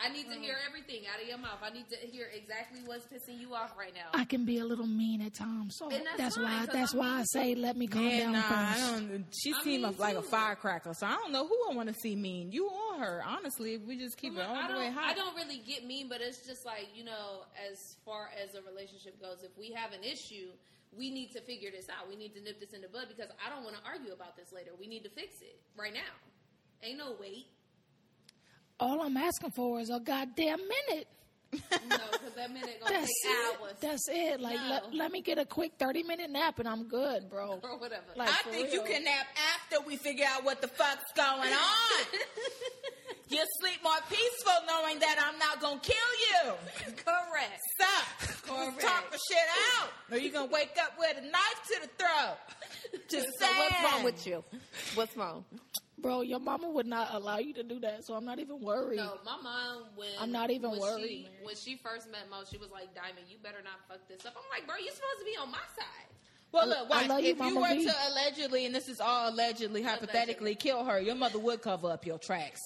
Speaker 3: I need to hear everything out of your mouth. I need to hear exactly what's pissing you off right now.
Speaker 2: I can be a little mean at times, so
Speaker 3: And that's
Speaker 2: that's,
Speaker 3: fine,
Speaker 2: why
Speaker 3: 'cause
Speaker 2: that's
Speaker 3: I'm
Speaker 2: why I say let me calm
Speaker 1: Yeah,
Speaker 2: down
Speaker 1: nah, I
Speaker 2: first.
Speaker 1: don't. She
Speaker 3: I
Speaker 1: seemed
Speaker 3: mean,
Speaker 1: like a
Speaker 3: too.
Speaker 1: firecracker, so I don't know who I want to see mean. You or her? Honestly, we just keep it
Speaker 3: Well, I
Speaker 1: all the way
Speaker 3: don't,
Speaker 1: hot.
Speaker 3: I don't really get mean, but it's just like you know, as far as a relationship goes, if we have an issue, we need to figure this out. We need to nip this in the bud because I don't want to argue about this later. We need to fix it right now. Ain't no wait,
Speaker 2: All I'm asking for is a goddamn minute.
Speaker 3: no, because that minute gonna
Speaker 2: That's
Speaker 3: take
Speaker 2: it.
Speaker 3: hours
Speaker 2: That's it. Like
Speaker 3: No.
Speaker 2: let, let me get a quick thirty minute nap and I'm good, bro.
Speaker 3: or whatever.
Speaker 2: Like
Speaker 1: I
Speaker 2: for
Speaker 1: think you
Speaker 2: real.
Speaker 1: can nap after we figure out what the fuck's going on. You'll sleep more peaceful knowing that I'm not gonna kill you.
Speaker 3: Correct.
Speaker 1: Stop.
Speaker 3: Correct.
Speaker 1: Talk the shit out. Or you gonna wake up with a knife to the throat. Just
Speaker 3: So what's wrong
Speaker 1: saying.
Speaker 3: with you? What's wrong?
Speaker 2: Bro, your mama would not allow you to do that, so I'm not even worried.
Speaker 3: No, my mom when
Speaker 2: I'm not even
Speaker 3: when
Speaker 2: worried,
Speaker 3: She,
Speaker 2: man.
Speaker 3: when she first met Mo, she was like, "Diamond, you better not fuck this up." I'm like, "Bro, you're supposed to be on my side."
Speaker 1: Well, look,
Speaker 2: I
Speaker 1: watch.
Speaker 2: love you,
Speaker 1: if you
Speaker 2: Mama
Speaker 1: were
Speaker 2: B.
Speaker 1: to allegedly, and this is all allegedly, hypothetically,
Speaker 3: Allegedly.
Speaker 1: kill her, your mother would cover up your tracks.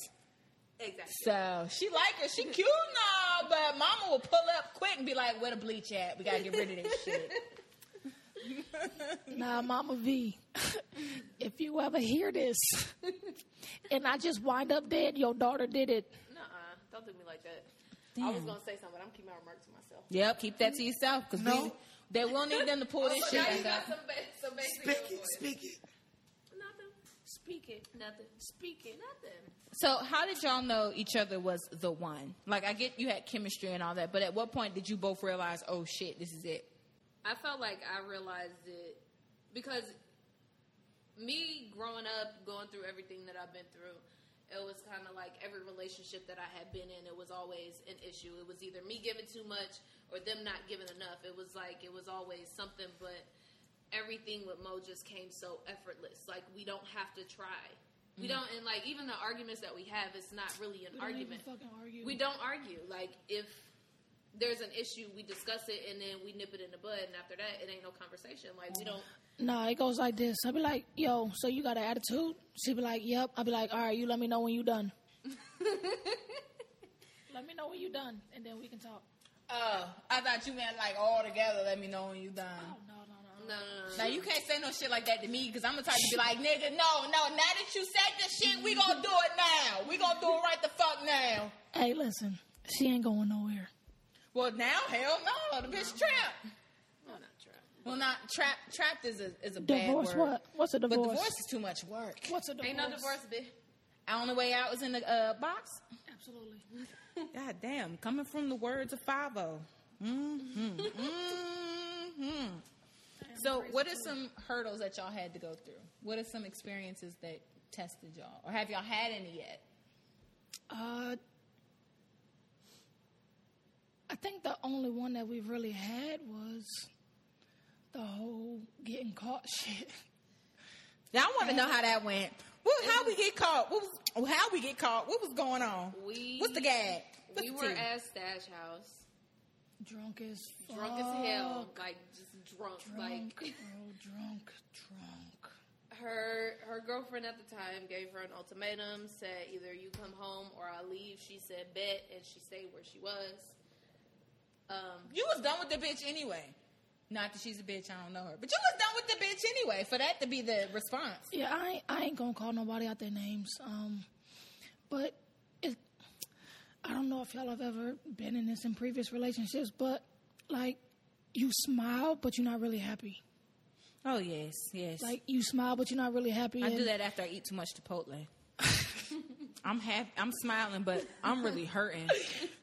Speaker 3: Exactly.
Speaker 1: So she like her. She cute now, but mama will pull up quick and be like, where the bleach at? We gotta get rid of this shit.
Speaker 2: Nah, Mama V, if you ever hear this and I just wind up dead, your daughter did it.
Speaker 3: Nuh-uh. Don't do me like that. I was gonna say something, but I'm keeping my remarks to myself.
Speaker 1: Yep, keep that to yourself because
Speaker 4: No.
Speaker 1: we they will need them to pull this
Speaker 3: So
Speaker 1: shit
Speaker 3: now you
Speaker 1: back
Speaker 3: got
Speaker 1: up.
Speaker 3: some, ba- some basic
Speaker 4: Speak it,
Speaker 3: voice.
Speaker 4: speak it.
Speaker 3: Nothing. Speak it. Nothing. Speak it. Nothing.
Speaker 1: So, how did y'all know each other was the one? Like, I get you had chemistry and all that, but at what point did you both realize, oh shit, this is it?
Speaker 3: I felt like I realized it because me growing up, going through everything that I've been through, it was kind of like every relationship that I had been in, it was always an issue. It was either me giving too much or them not giving enough. It was like it was always something, but everything with Mo just came so effortless. Like we don't have to try. We don't, and like even the arguments that we have, it's not really an
Speaker 2: Mm-hmm. We don't even
Speaker 3: argument.
Speaker 2: fucking argue.
Speaker 3: We don't argue. Like if there's an issue, we discuss it and then we nip it in the bud. And after that, it ain't no conversation. Like we don't.
Speaker 2: Nah, it goes like this. I'll be like, yo, so you got an attitude? She'll be like, yep. I'll be like, all right, you let me know when you done. let me know when you done, and then we can talk.
Speaker 1: Oh, I thought you meant like all together. Let me know when you done.
Speaker 2: Oh, no, no, no.
Speaker 3: No, no, no.
Speaker 1: Now you can't say no shit like that to me because I'm gonna type to be like, nigga, no, no. Now that you said this shit, we gonna do it now. We gonna do it right the fuck now.
Speaker 2: Hey, listen, she ain't going nowhere.
Speaker 1: Well, now, hell no, the bitch trapped.
Speaker 3: no, not true.
Speaker 1: Well, not trapped. Trapped is a is a
Speaker 2: Divorce,
Speaker 1: bad word.
Speaker 2: what? What's a
Speaker 1: But
Speaker 2: divorce?
Speaker 1: divorce is too much work.
Speaker 2: What's a divorce?
Speaker 3: Ain't no divorce, bitch.
Speaker 1: Only way out was in the uh, box.
Speaker 2: Absolutely.
Speaker 1: God damn, coming from the words of Five O. Mm-hmm. mm-hmm. So, what are some hurdles that y'all had to go through? What are some experiences that tested y'all, or have y'all had any yet?
Speaker 2: Uh, I think the only one that we really had was the whole getting caught shit.
Speaker 1: Now, I want to know how that went. What, how we get caught? What was, how we get caught? What was going on?
Speaker 3: We-
Speaker 1: What's the gag? What's
Speaker 3: We
Speaker 1: the
Speaker 3: were
Speaker 1: tea?
Speaker 3: at Stash House,
Speaker 2: Drunk as fuck.
Speaker 1: Oh.
Speaker 3: drunk as hell, like just drunk,
Speaker 2: Drunk,
Speaker 3: like
Speaker 2: bro, drunk, drunk.
Speaker 3: her her girlfriend at the time gave her an ultimatum, said either you come home or I leave. She said bet, and she stayed where she was. Um,
Speaker 1: You was done with the bitch anyway. Not that she's a bitch, I don't know her. But you was done with the bitch anyway for that to be the response.
Speaker 2: Yeah, I ain't, I ain't gonna call nobody out their names. Um, but it, I don't know if y'all have ever been in this in previous relationships, but like you smile, but you're not really happy.
Speaker 1: Oh yes, yes.
Speaker 2: Like you smile, but you're not really happy.
Speaker 1: I do
Speaker 2: and-
Speaker 1: that after I eat too much Chipotle. I'm happy. I'm smiling, but I'm really hurting.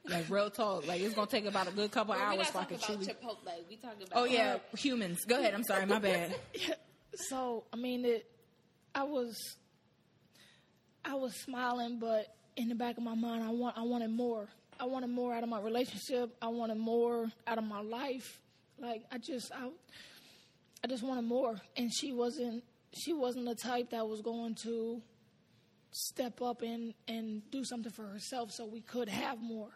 Speaker 1: Like real talk. Like it's gonna take about a good couple
Speaker 3: we
Speaker 1: hours
Speaker 3: not
Speaker 1: for I
Speaker 3: talking
Speaker 1: can
Speaker 3: about
Speaker 1: truly.
Speaker 3: Chipotle. We talking about
Speaker 1: oh yeah, humans. Go ahead. I'm sorry. My bad.
Speaker 2: So I mean, it, I was, I was smiling, but in the back of my mind, I want, I wanted more. I wanted more out of my relationship. I wanted more out of my life. Like I just, I, I just wanted more. And she wasn't, she wasn't the type that was going to step up and and do something for herself so we could have more.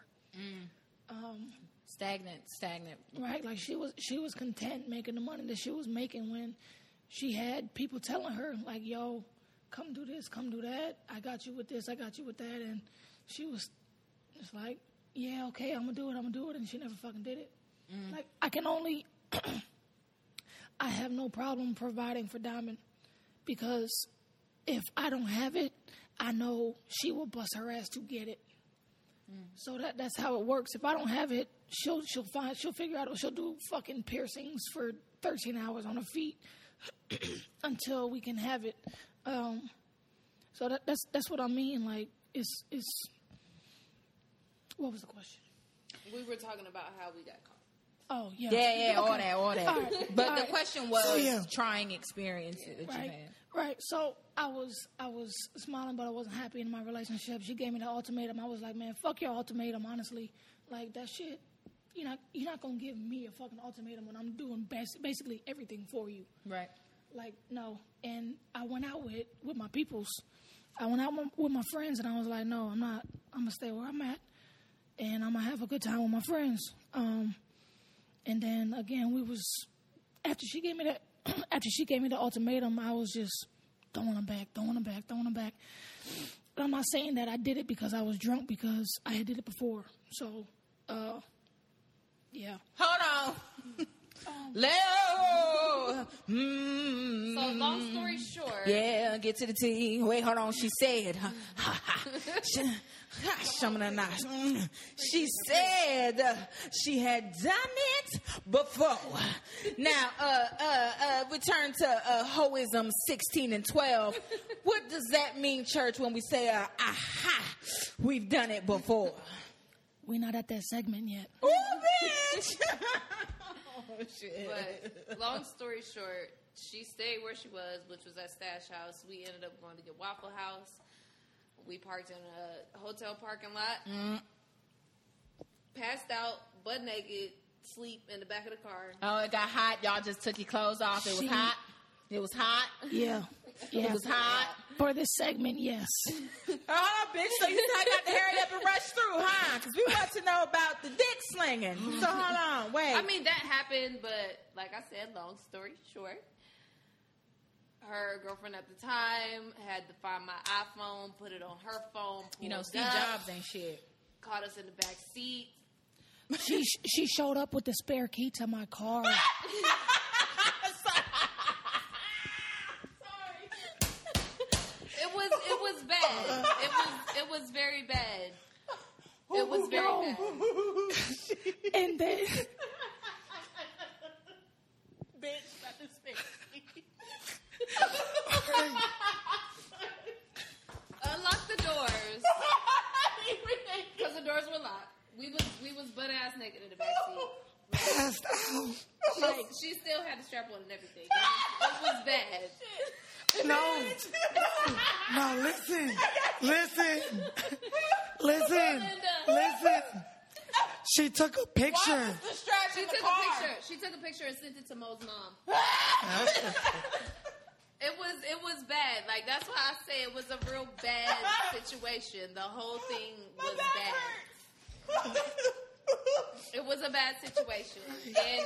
Speaker 1: Stagnant. Stagnant.
Speaker 2: Right, like she was she was content making the money that she was making when she had people telling her like, "Yo, come do this, come do that. I got you with this, I got you with that," and she was just like, "Yeah, okay, I'm gonna do it, I'm gonna do it," and she never fucking did it. Like I can only, I have no problem providing for Diamond because if I don't have it, I know she will bust her ass to get it. So that that's how it works. If I don't have it, she'll she'll find she'll figure out she'll do fucking piercings for thirteen hours on her feet until we can have it. Um, so that, that's that's what I mean. Like it's it's what was the question?
Speaker 3: We were talking about how we got caught.
Speaker 2: Oh yeah
Speaker 1: Yeah, yeah. All
Speaker 2: Okay.
Speaker 1: that. All that.
Speaker 2: All right,
Speaker 1: But
Speaker 2: all
Speaker 1: the
Speaker 2: right.
Speaker 1: question was
Speaker 2: So, yeah.
Speaker 1: trying experiences that you
Speaker 2: right,
Speaker 1: had.
Speaker 2: right. So I was I was smiling, but I wasn't happy in my relationship. She gave me the ultimatum. I was like, man, fuck your ultimatum. Honestly, like that shit. You're not you're not gonna give me a fucking ultimatum when I'm doing bas- basically everything for you.
Speaker 1: Right.
Speaker 2: Like no. And I went out with with my peoples. I went out with- with my friends, and I was like, no, I'm not. I'm gonna stay where I'm at, and I'm gonna have a good time with my friends. Um, and then again, we was after she gave me that after she gave me the ultimatum, I was just throwing them back, throwing them back, throwing them back. But I'm not saying that I did it because I was drunk because I had did it before. So, uh, yeah,
Speaker 1: Hold on. Leo. Mm.
Speaker 3: So long story short,
Speaker 1: Yeah, get to the tea. Wait, hold on. She said, she said uh, she had done it before. Now, uh, uh, uh, we turn to uh, Hoism 16 and 12. What does that mean, church, when we say, uh, aha, we've done it before?
Speaker 2: we're not at that segment yet.
Speaker 1: Ooh, bitch! oh, shit.
Speaker 3: But long story short, she stayed where she was, which was at Stash House. We ended up going to get Waffle House. We parked in a hotel parking lot.
Speaker 1: Mm.
Speaker 3: Passed out, butt naked, sleep in the back of the car.
Speaker 1: Oh, it got hot. Y'all just took your clothes off. It was
Speaker 2: She-
Speaker 1: hot. It was hot.
Speaker 2: Yeah,
Speaker 1: It
Speaker 2: yeah.
Speaker 1: was hot.
Speaker 2: For this segment, yes.
Speaker 1: Oh, bitch, so you still got to hurry up and rush through, huh? Because we want to know about the dick slinging. So hold on, wait.
Speaker 3: I mean, that happened, but like I said, long story short, her girlfriend at the time had to find my iPhone, put it on her phone.
Speaker 1: you know,
Speaker 3: pulled
Speaker 1: Steve
Speaker 3: up,
Speaker 1: Jobs ain't shit.
Speaker 3: caught us in the back seat.
Speaker 2: She she showed up with the spare key to my car.
Speaker 3: It was it was bad. It was it was very bad. It was very bad.
Speaker 2: and then
Speaker 3: Unlock the doors because the doors were locked. We was we was butt ass naked in the back seat.
Speaker 4: Passed out.
Speaker 3: Like she still had the strap on and everything. It was, it was bad.
Speaker 4: No. No, listen. Listen. Listen. Listen. She took a picture.
Speaker 3: She took a picture. She took a picture and sent it to Mo's mom. It was it was bad. Like that's why I say it was a real bad situation. The whole thing was bad. It was a bad situation,
Speaker 1: Oh,
Speaker 3: and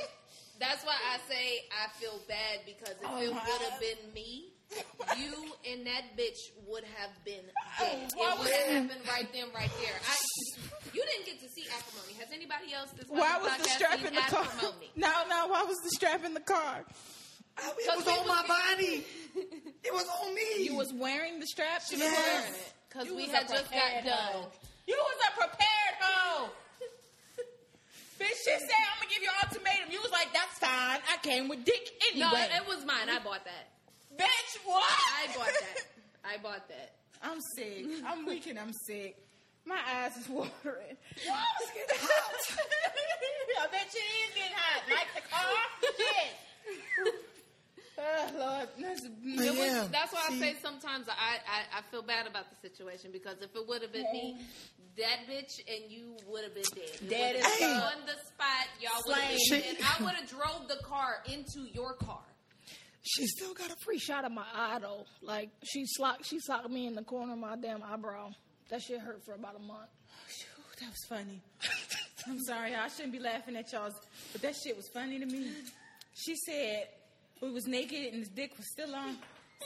Speaker 3: that's why I say I feel bad because if it would have been me, you and that bitch would have been dead. It
Speaker 1: why
Speaker 3: would
Speaker 1: was-
Speaker 3: have happened right then, right there. I, you didn't get to see acrimony. Has anybody else this
Speaker 1: Why
Speaker 3: fucking
Speaker 1: was the
Speaker 3: podcast
Speaker 1: strap
Speaker 3: seen
Speaker 1: in the car?
Speaker 3: acrimony?
Speaker 1: No, no. Why was the strap in the car?
Speaker 4: It was
Speaker 3: we
Speaker 4: on my
Speaker 3: was-
Speaker 4: body. It was on me.
Speaker 1: You was wearing the strap. She
Speaker 4: Yes.
Speaker 3: Because
Speaker 1: You
Speaker 3: we
Speaker 1: was a
Speaker 3: had just got
Speaker 1: prepared
Speaker 3: done.
Speaker 1: hoe. You was a prepared hoe. Bitch, she said, "I'm gonna give you an ultimatum." You was like, "That's fine. I came with dick
Speaker 3: No,
Speaker 1: anyway."
Speaker 3: it was mine. I bought that.
Speaker 1: Bitch, what?
Speaker 3: I bought that. I bought that.
Speaker 1: I'm sick. I'm weak and I'm sick. My eyes is watering. Why was it getting hot? I bet you it is getting hot. Like the car? Shit. oh, Lord. That's,
Speaker 4: But
Speaker 3: It was-
Speaker 4: yeah,
Speaker 3: that's why
Speaker 4: see,
Speaker 3: I say sometimes I, I, I feel bad about the situation because if it would have been me, that bitch and you would have been dead.
Speaker 1: Dead as
Speaker 3: It would've been
Speaker 1: fuck.
Speaker 3: on the spot. Y'all would have
Speaker 4: Slain.
Speaker 3: been dead. I would have drove the car into your car.
Speaker 4: she still got a
Speaker 2: Free shot of my eye though. Like she slocked, she socked me in the corner of my damn eyebrow. That shit hurt for about a month.
Speaker 1: Shoot, that was funny. I'm sorry, I shouldn't be laughing at y'all's, but that shit was funny to me. She said we was naked and his dick was still on.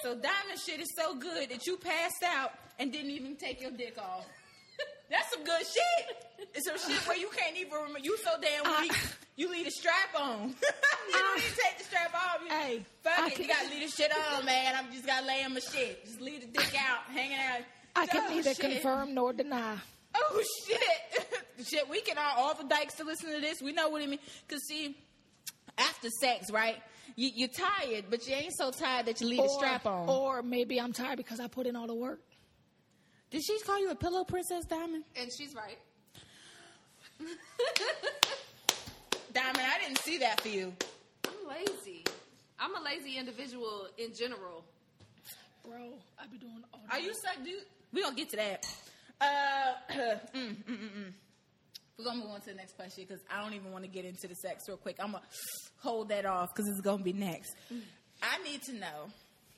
Speaker 1: So diamond shit is so good that you passed out and didn't even take your dick off. That's some good shit. It's some shit where you can't even remember. You so damn weak. you leave the strap on. you don't even take the strap off. You,
Speaker 2: Hey,
Speaker 1: fuck
Speaker 2: I
Speaker 1: it.
Speaker 2: can-
Speaker 1: you gotta leave the shit on, man. I'm just gotta lay in my shit. Just leave the dick out, hanging out.
Speaker 2: I can
Speaker 1: Oh,
Speaker 2: neither
Speaker 1: shit.
Speaker 2: confirm nor deny.
Speaker 1: Oh shit! shit, we can all all the dykes to listen to this. We know what it means. Cause see, after sex, right? You, you're tired, but you ain't so tired that you leave the strap on.
Speaker 2: Or maybe I'm tired because I put in all the work.
Speaker 1: Did she call you a pillow princess, Diamond?
Speaker 3: And she's right.
Speaker 1: Diamond, I didn't see that for you.
Speaker 3: I'm lazy. I'm a lazy individual in general.
Speaker 2: Bro, I be doing all.
Speaker 1: Are
Speaker 2: the
Speaker 1: you suck, dude? We gonna get to that. Uh, mm, mm, mm, mm. We're gonna move on to the next question because I don't even want to get into the sex real quick. I'm gonna hold that off because it's gonna be next. I need to know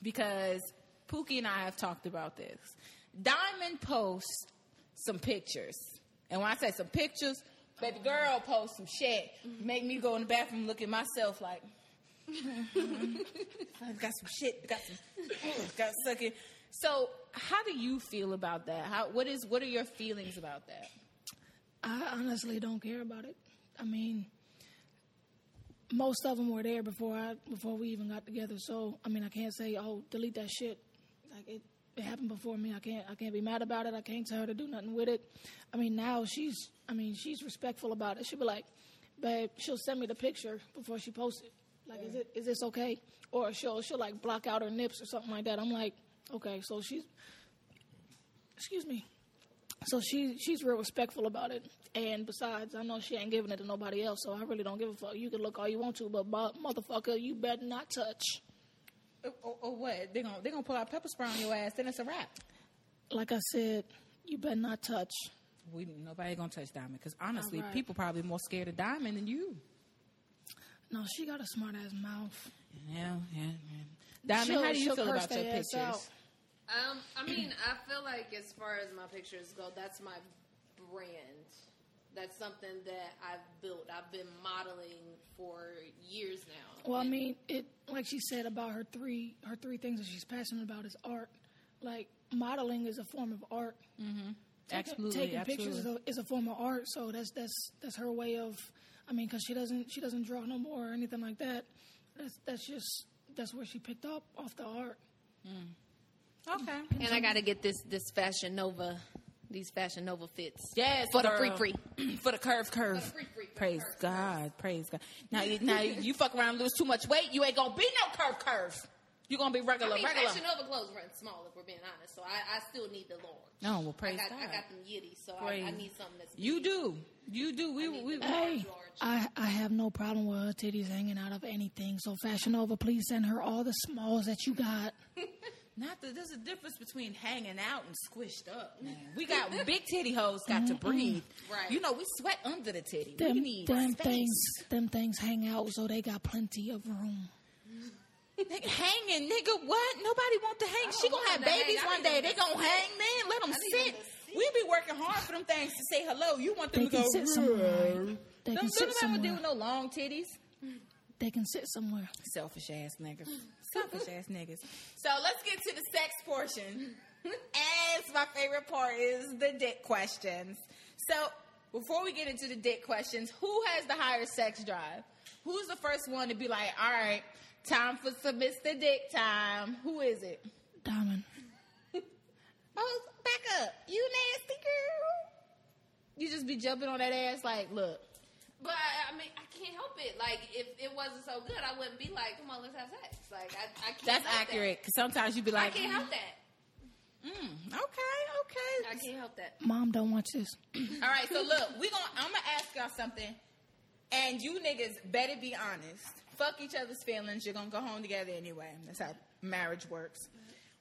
Speaker 1: because Pookie and I have talked about this. Diamond posts some pictures, and when I say some pictures, baby girl posts some shit. Make me go in the bathroom, look at myself like. I got some shit. Got some. got sucking. So, how do you feel about that? How? What is? What are your feelings about that?
Speaker 2: I honestly don't care about it. I mean, most of them were there before I before we even got together. So I mean, I can't say oh delete that shit. Like it, it happened before me. I can't I can't be mad about it. I can't tell her to do nothing with it. I mean now she's I mean she's respectful about it. She'll be like, babe, she'll send me the picture before she posts it. Like is it is this okay? Or she'll she'll like block out her nips or something like that. I'm like okay, so she's excuse me. So she she's real respectful about it. And besides, I know she ain't giving it to nobody else, so I really don't give a fuck. You can look all you want to, but mo- motherfucker, you better not touch.
Speaker 1: Or, or- or Oh, what? They're gonna they're gonna pull out pepper spray on your ass. Then it's a wrap.
Speaker 2: Like I said, you better not touch.
Speaker 1: We nobody gonna touch Diamond because honestly,
Speaker 2: Alright.
Speaker 1: people probably more scared of Diamond than you.
Speaker 2: No, she got a smart ass mouth.
Speaker 1: Yeah, yeah, yeah. Diamond,
Speaker 2: She'll-
Speaker 1: how do you
Speaker 2: she'll
Speaker 1: feel
Speaker 2: curse
Speaker 1: about your
Speaker 2: their ass
Speaker 1: pictures?
Speaker 2: out.
Speaker 3: Um, I mean, I feel like as far as my pictures go, that's my brand. That's something that I've built. I've been modeling for years now.
Speaker 2: Well, I mean, it like she said about her three her three things that she's passionate about is art. Like modeling is a form of art. Taking-
Speaker 1: Absolutely,
Speaker 2: taking
Speaker 1: absolutely.
Speaker 2: pictures is a, is a form of art. So that's that's that's her way of. I mean, because she doesn't she doesn't draw no more or anything like that. That's that's just that's where she picked up off the art.
Speaker 1: okay.
Speaker 3: And I got to get this this Fashion Nova, these Fashion Nova fits.
Speaker 1: Yes,
Speaker 3: for the
Speaker 1: girl.
Speaker 3: free free.
Speaker 1: for the curve curve.
Speaker 3: free, free, for the
Speaker 1: praise
Speaker 3: curve,
Speaker 1: God, praise God. Now, you, now you fuck around, and lose too much weight, you ain't gonna be no curve curve. You are gonna be
Speaker 3: I
Speaker 1: regular,
Speaker 3: mean,
Speaker 1: regular.
Speaker 3: Fashion Nova clothes run small if we're being honest. So I, I still need the large.
Speaker 1: No, well,
Speaker 3: I
Speaker 1: praise
Speaker 3: got, I
Speaker 1: God.
Speaker 3: got them yitty, so I, I
Speaker 1: Praise.
Speaker 3: need something that's
Speaker 1: You
Speaker 3: big.
Speaker 1: do. You do. We we.
Speaker 3: that.
Speaker 2: Hey,
Speaker 3: George.
Speaker 2: I I have no problem with her titties hanging out of anything. So Fashion Nova, please send her all the smalls that you got.
Speaker 1: Not that there's a difference between hanging out and squished up. Man. We got big titty hoes got to breathe.
Speaker 3: Mm-hmm. Right.
Speaker 1: You know we sweat under the titty. we
Speaker 2: Them
Speaker 1: need
Speaker 2: them
Speaker 1: space.
Speaker 2: things them things hang out, so they got plenty of room.
Speaker 1: Nigga, Hanging, nigga, what? Nobody want to hang. She gonna
Speaker 3: want
Speaker 1: have
Speaker 3: them to
Speaker 1: babies
Speaker 3: hang. I
Speaker 1: one
Speaker 3: need
Speaker 1: day.
Speaker 3: them
Speaker 1: They
Speaker 3: to
Speaker 1: gonna hang, man. Let them
Speaker 3: need
Speaker 1: sit.
Speaker 3: them
Speaker 1: We be working hard for them things to say hello. You want them
Speaker 2: They
Speaker 1: to go.
Speaker 2: can sit somewhere.
Speaker 1: "Rrr."
Speaker 2: They
Speaker 1: Don't
Speaker 2: can
Speaker 1: nobody want
Speaker 2: sit
Speaker 1: to deal
Speaker 2: somewhere.
Speaker 1: with no long titties.
Speaker 2: They can sit somewhere.
Speaker 1: Selfish ass nigga. Selfish ass niggas. So let's get to the sex portion. As my favorite part is the dick questions. So before we get into the dick questions, who has the higher sex drive? Who's the first one to be like, all right, time for some Mr. Dick time? Who is it?
Speaker 2: Diamond.
Speaker 1: Oh, back up. You nasty girl. You just be jumping on that ass like, look.
Speaker 3: But I, I mean, I can't help it. Like, if it wasn't so good, I wouldn't be like, "Come on, let's have sex." Like, I, I can't.
Speaker 1: That's
Speaker 3: help that.
Speaker 1: accurate. Cause sometimes you be like,
Speaker 3: I can't help that.
Speaker 1: mm, okay,
Speaker 3: I
Speaker 1: okay.
Speaker 3: can't help that.
Speaker 2: Mom, don't watch this.
Speaker 1: All right, so look, we gonna I'm gonna ask y'all something, and you niggas better be honest. Fuck each other's feelings. You're gonna go home together anyway. That's how marriage works.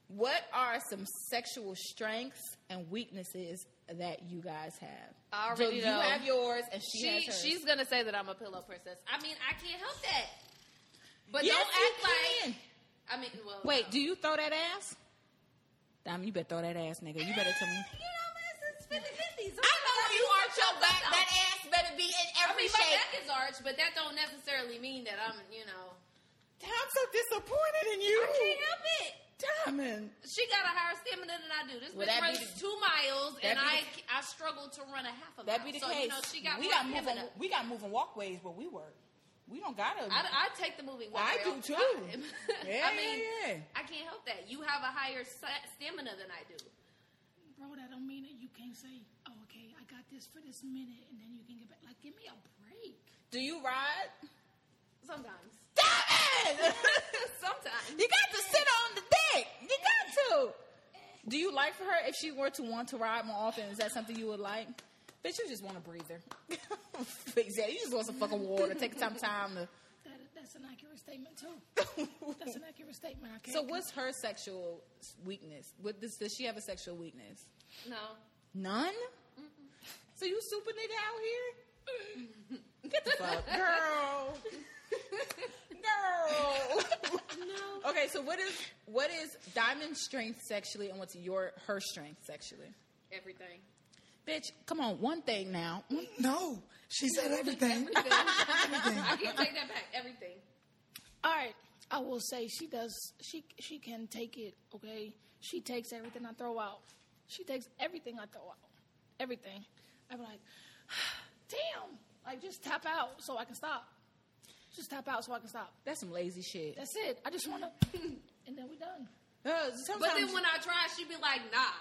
Speaker 1: What are some sexual strengths and weaknesses that you guys have?
Speaker 3: I
Speaker 1: you
Speaker 3: already know.
Speaker 1: have yours, and she,
Speaker 3: She,
Speaker 1: has hers.
Speaker 3: she's gonna say that I'm a pillow princess. I mean, I can't help that. But
Speaker 1: yes,
Speaker 3: don't
Speaker 1: you
Speaker 3: act
Speaker 1: can.
Speaker 3: like. I mean, well,
Speaker 1: Wait,
Speaker 3: no.
Speaker 1: do you throw that ass? Damn, you better throw that ass, nigga. You better tell me.
Speaker 3: You know, man, it's 50 50s.
Speaker 1: I know when you arch your back, that ass better be in
Speaker 3: I
Speaker 1: every
Speaker 3: mean, my
Speaker 1: shape.
Speaker 3: back is arched, but that don't necessarily mean that I'm, you know.
Speaker 1: Damn, I'm so disappointed in you.
Speaker 3: I can't help it.
Speaker 1: Diamond.
Speaker 3: She got a higher stamina than I do. This
Speaker 1: Well,
Speaker 3: bitch
Speaker 1: that be the-
Speaker 3: runs two miles,
Speaker 1: that
Speaker 3: and
Speaker 1: be
Speaker 3: I
Speaker 1: the-
Speaker 3: I struggle to run a half a mile.
Speaker 1: That be the
Speaker 3: so,
Speaker 1: case.
Speaker 3: You know, she got
Speaker 1: we
Speaker 3: more
Speaker 1: got moving.
Speaker 3: stamina.
Speaker 1: We got moving walkways where we work. We don't gotta.
Speaker 3: I, I take the moving. walk
Speaker 1: I do,
Speaker 3: all the
Speaker 1: too.
Speaker 3: time.
Speaker 1: Yeah,
Speaker 3: I mean,
Speaker 1: yeah, yeah.
Speaker 3: I can't help that. You have a higher sta- stamina than I do.
Speaker 2: Bro, that don't mean that you can't say, oh, okay, I got this for this minute, and then you can get back. Like, give me a break.
Speaker 1: do you ride?
Speaker 3: Sometimes.
Speaker 1: Diamond.
Speaker 3: Sometimes.
Speaker 1: you got to sit on the dick. You got to. Do you like for her if she were to want to ride more often? Is that something you would like? Bitch, you just want a breather. exactly. You just want some fucking water. Take some time to.
Speaker 2: That, that's an accurate statement, too. that's an accurate statement. I can't
Speaker 1: So, what's her sexual weakness? What does, does she have a sexual weakness?
Speaker 3: No.
Speaker 1: None? So you super nigga out here? Get the fuck, girl. girl. no. Okay, so what is what is Diamond's strength sexually, and what's your her strength sexually?
Speaker 3: Everything.
Speaker 1: Bitch, come on, one thing now.
Speaker 4: No, she said everything.
Speaker 3: I can't take that back. Everything.
Speaker 2: All right, I will say she does. She she can take it. Okay, she takes everything I throw out. She takes everything I throw out. Everything. I'm like, damn. Like just tap out so I can stop. Just tap out so I can stop.
Speaker 1: That's some lazy shit.
Speaker 2: That's it. I just want to, and then we're done.
Speaker 1: Uh,
Speaker 3: But
Speaker 1: sometimes-
Speaker 3: then when I try, she'd be like, nah.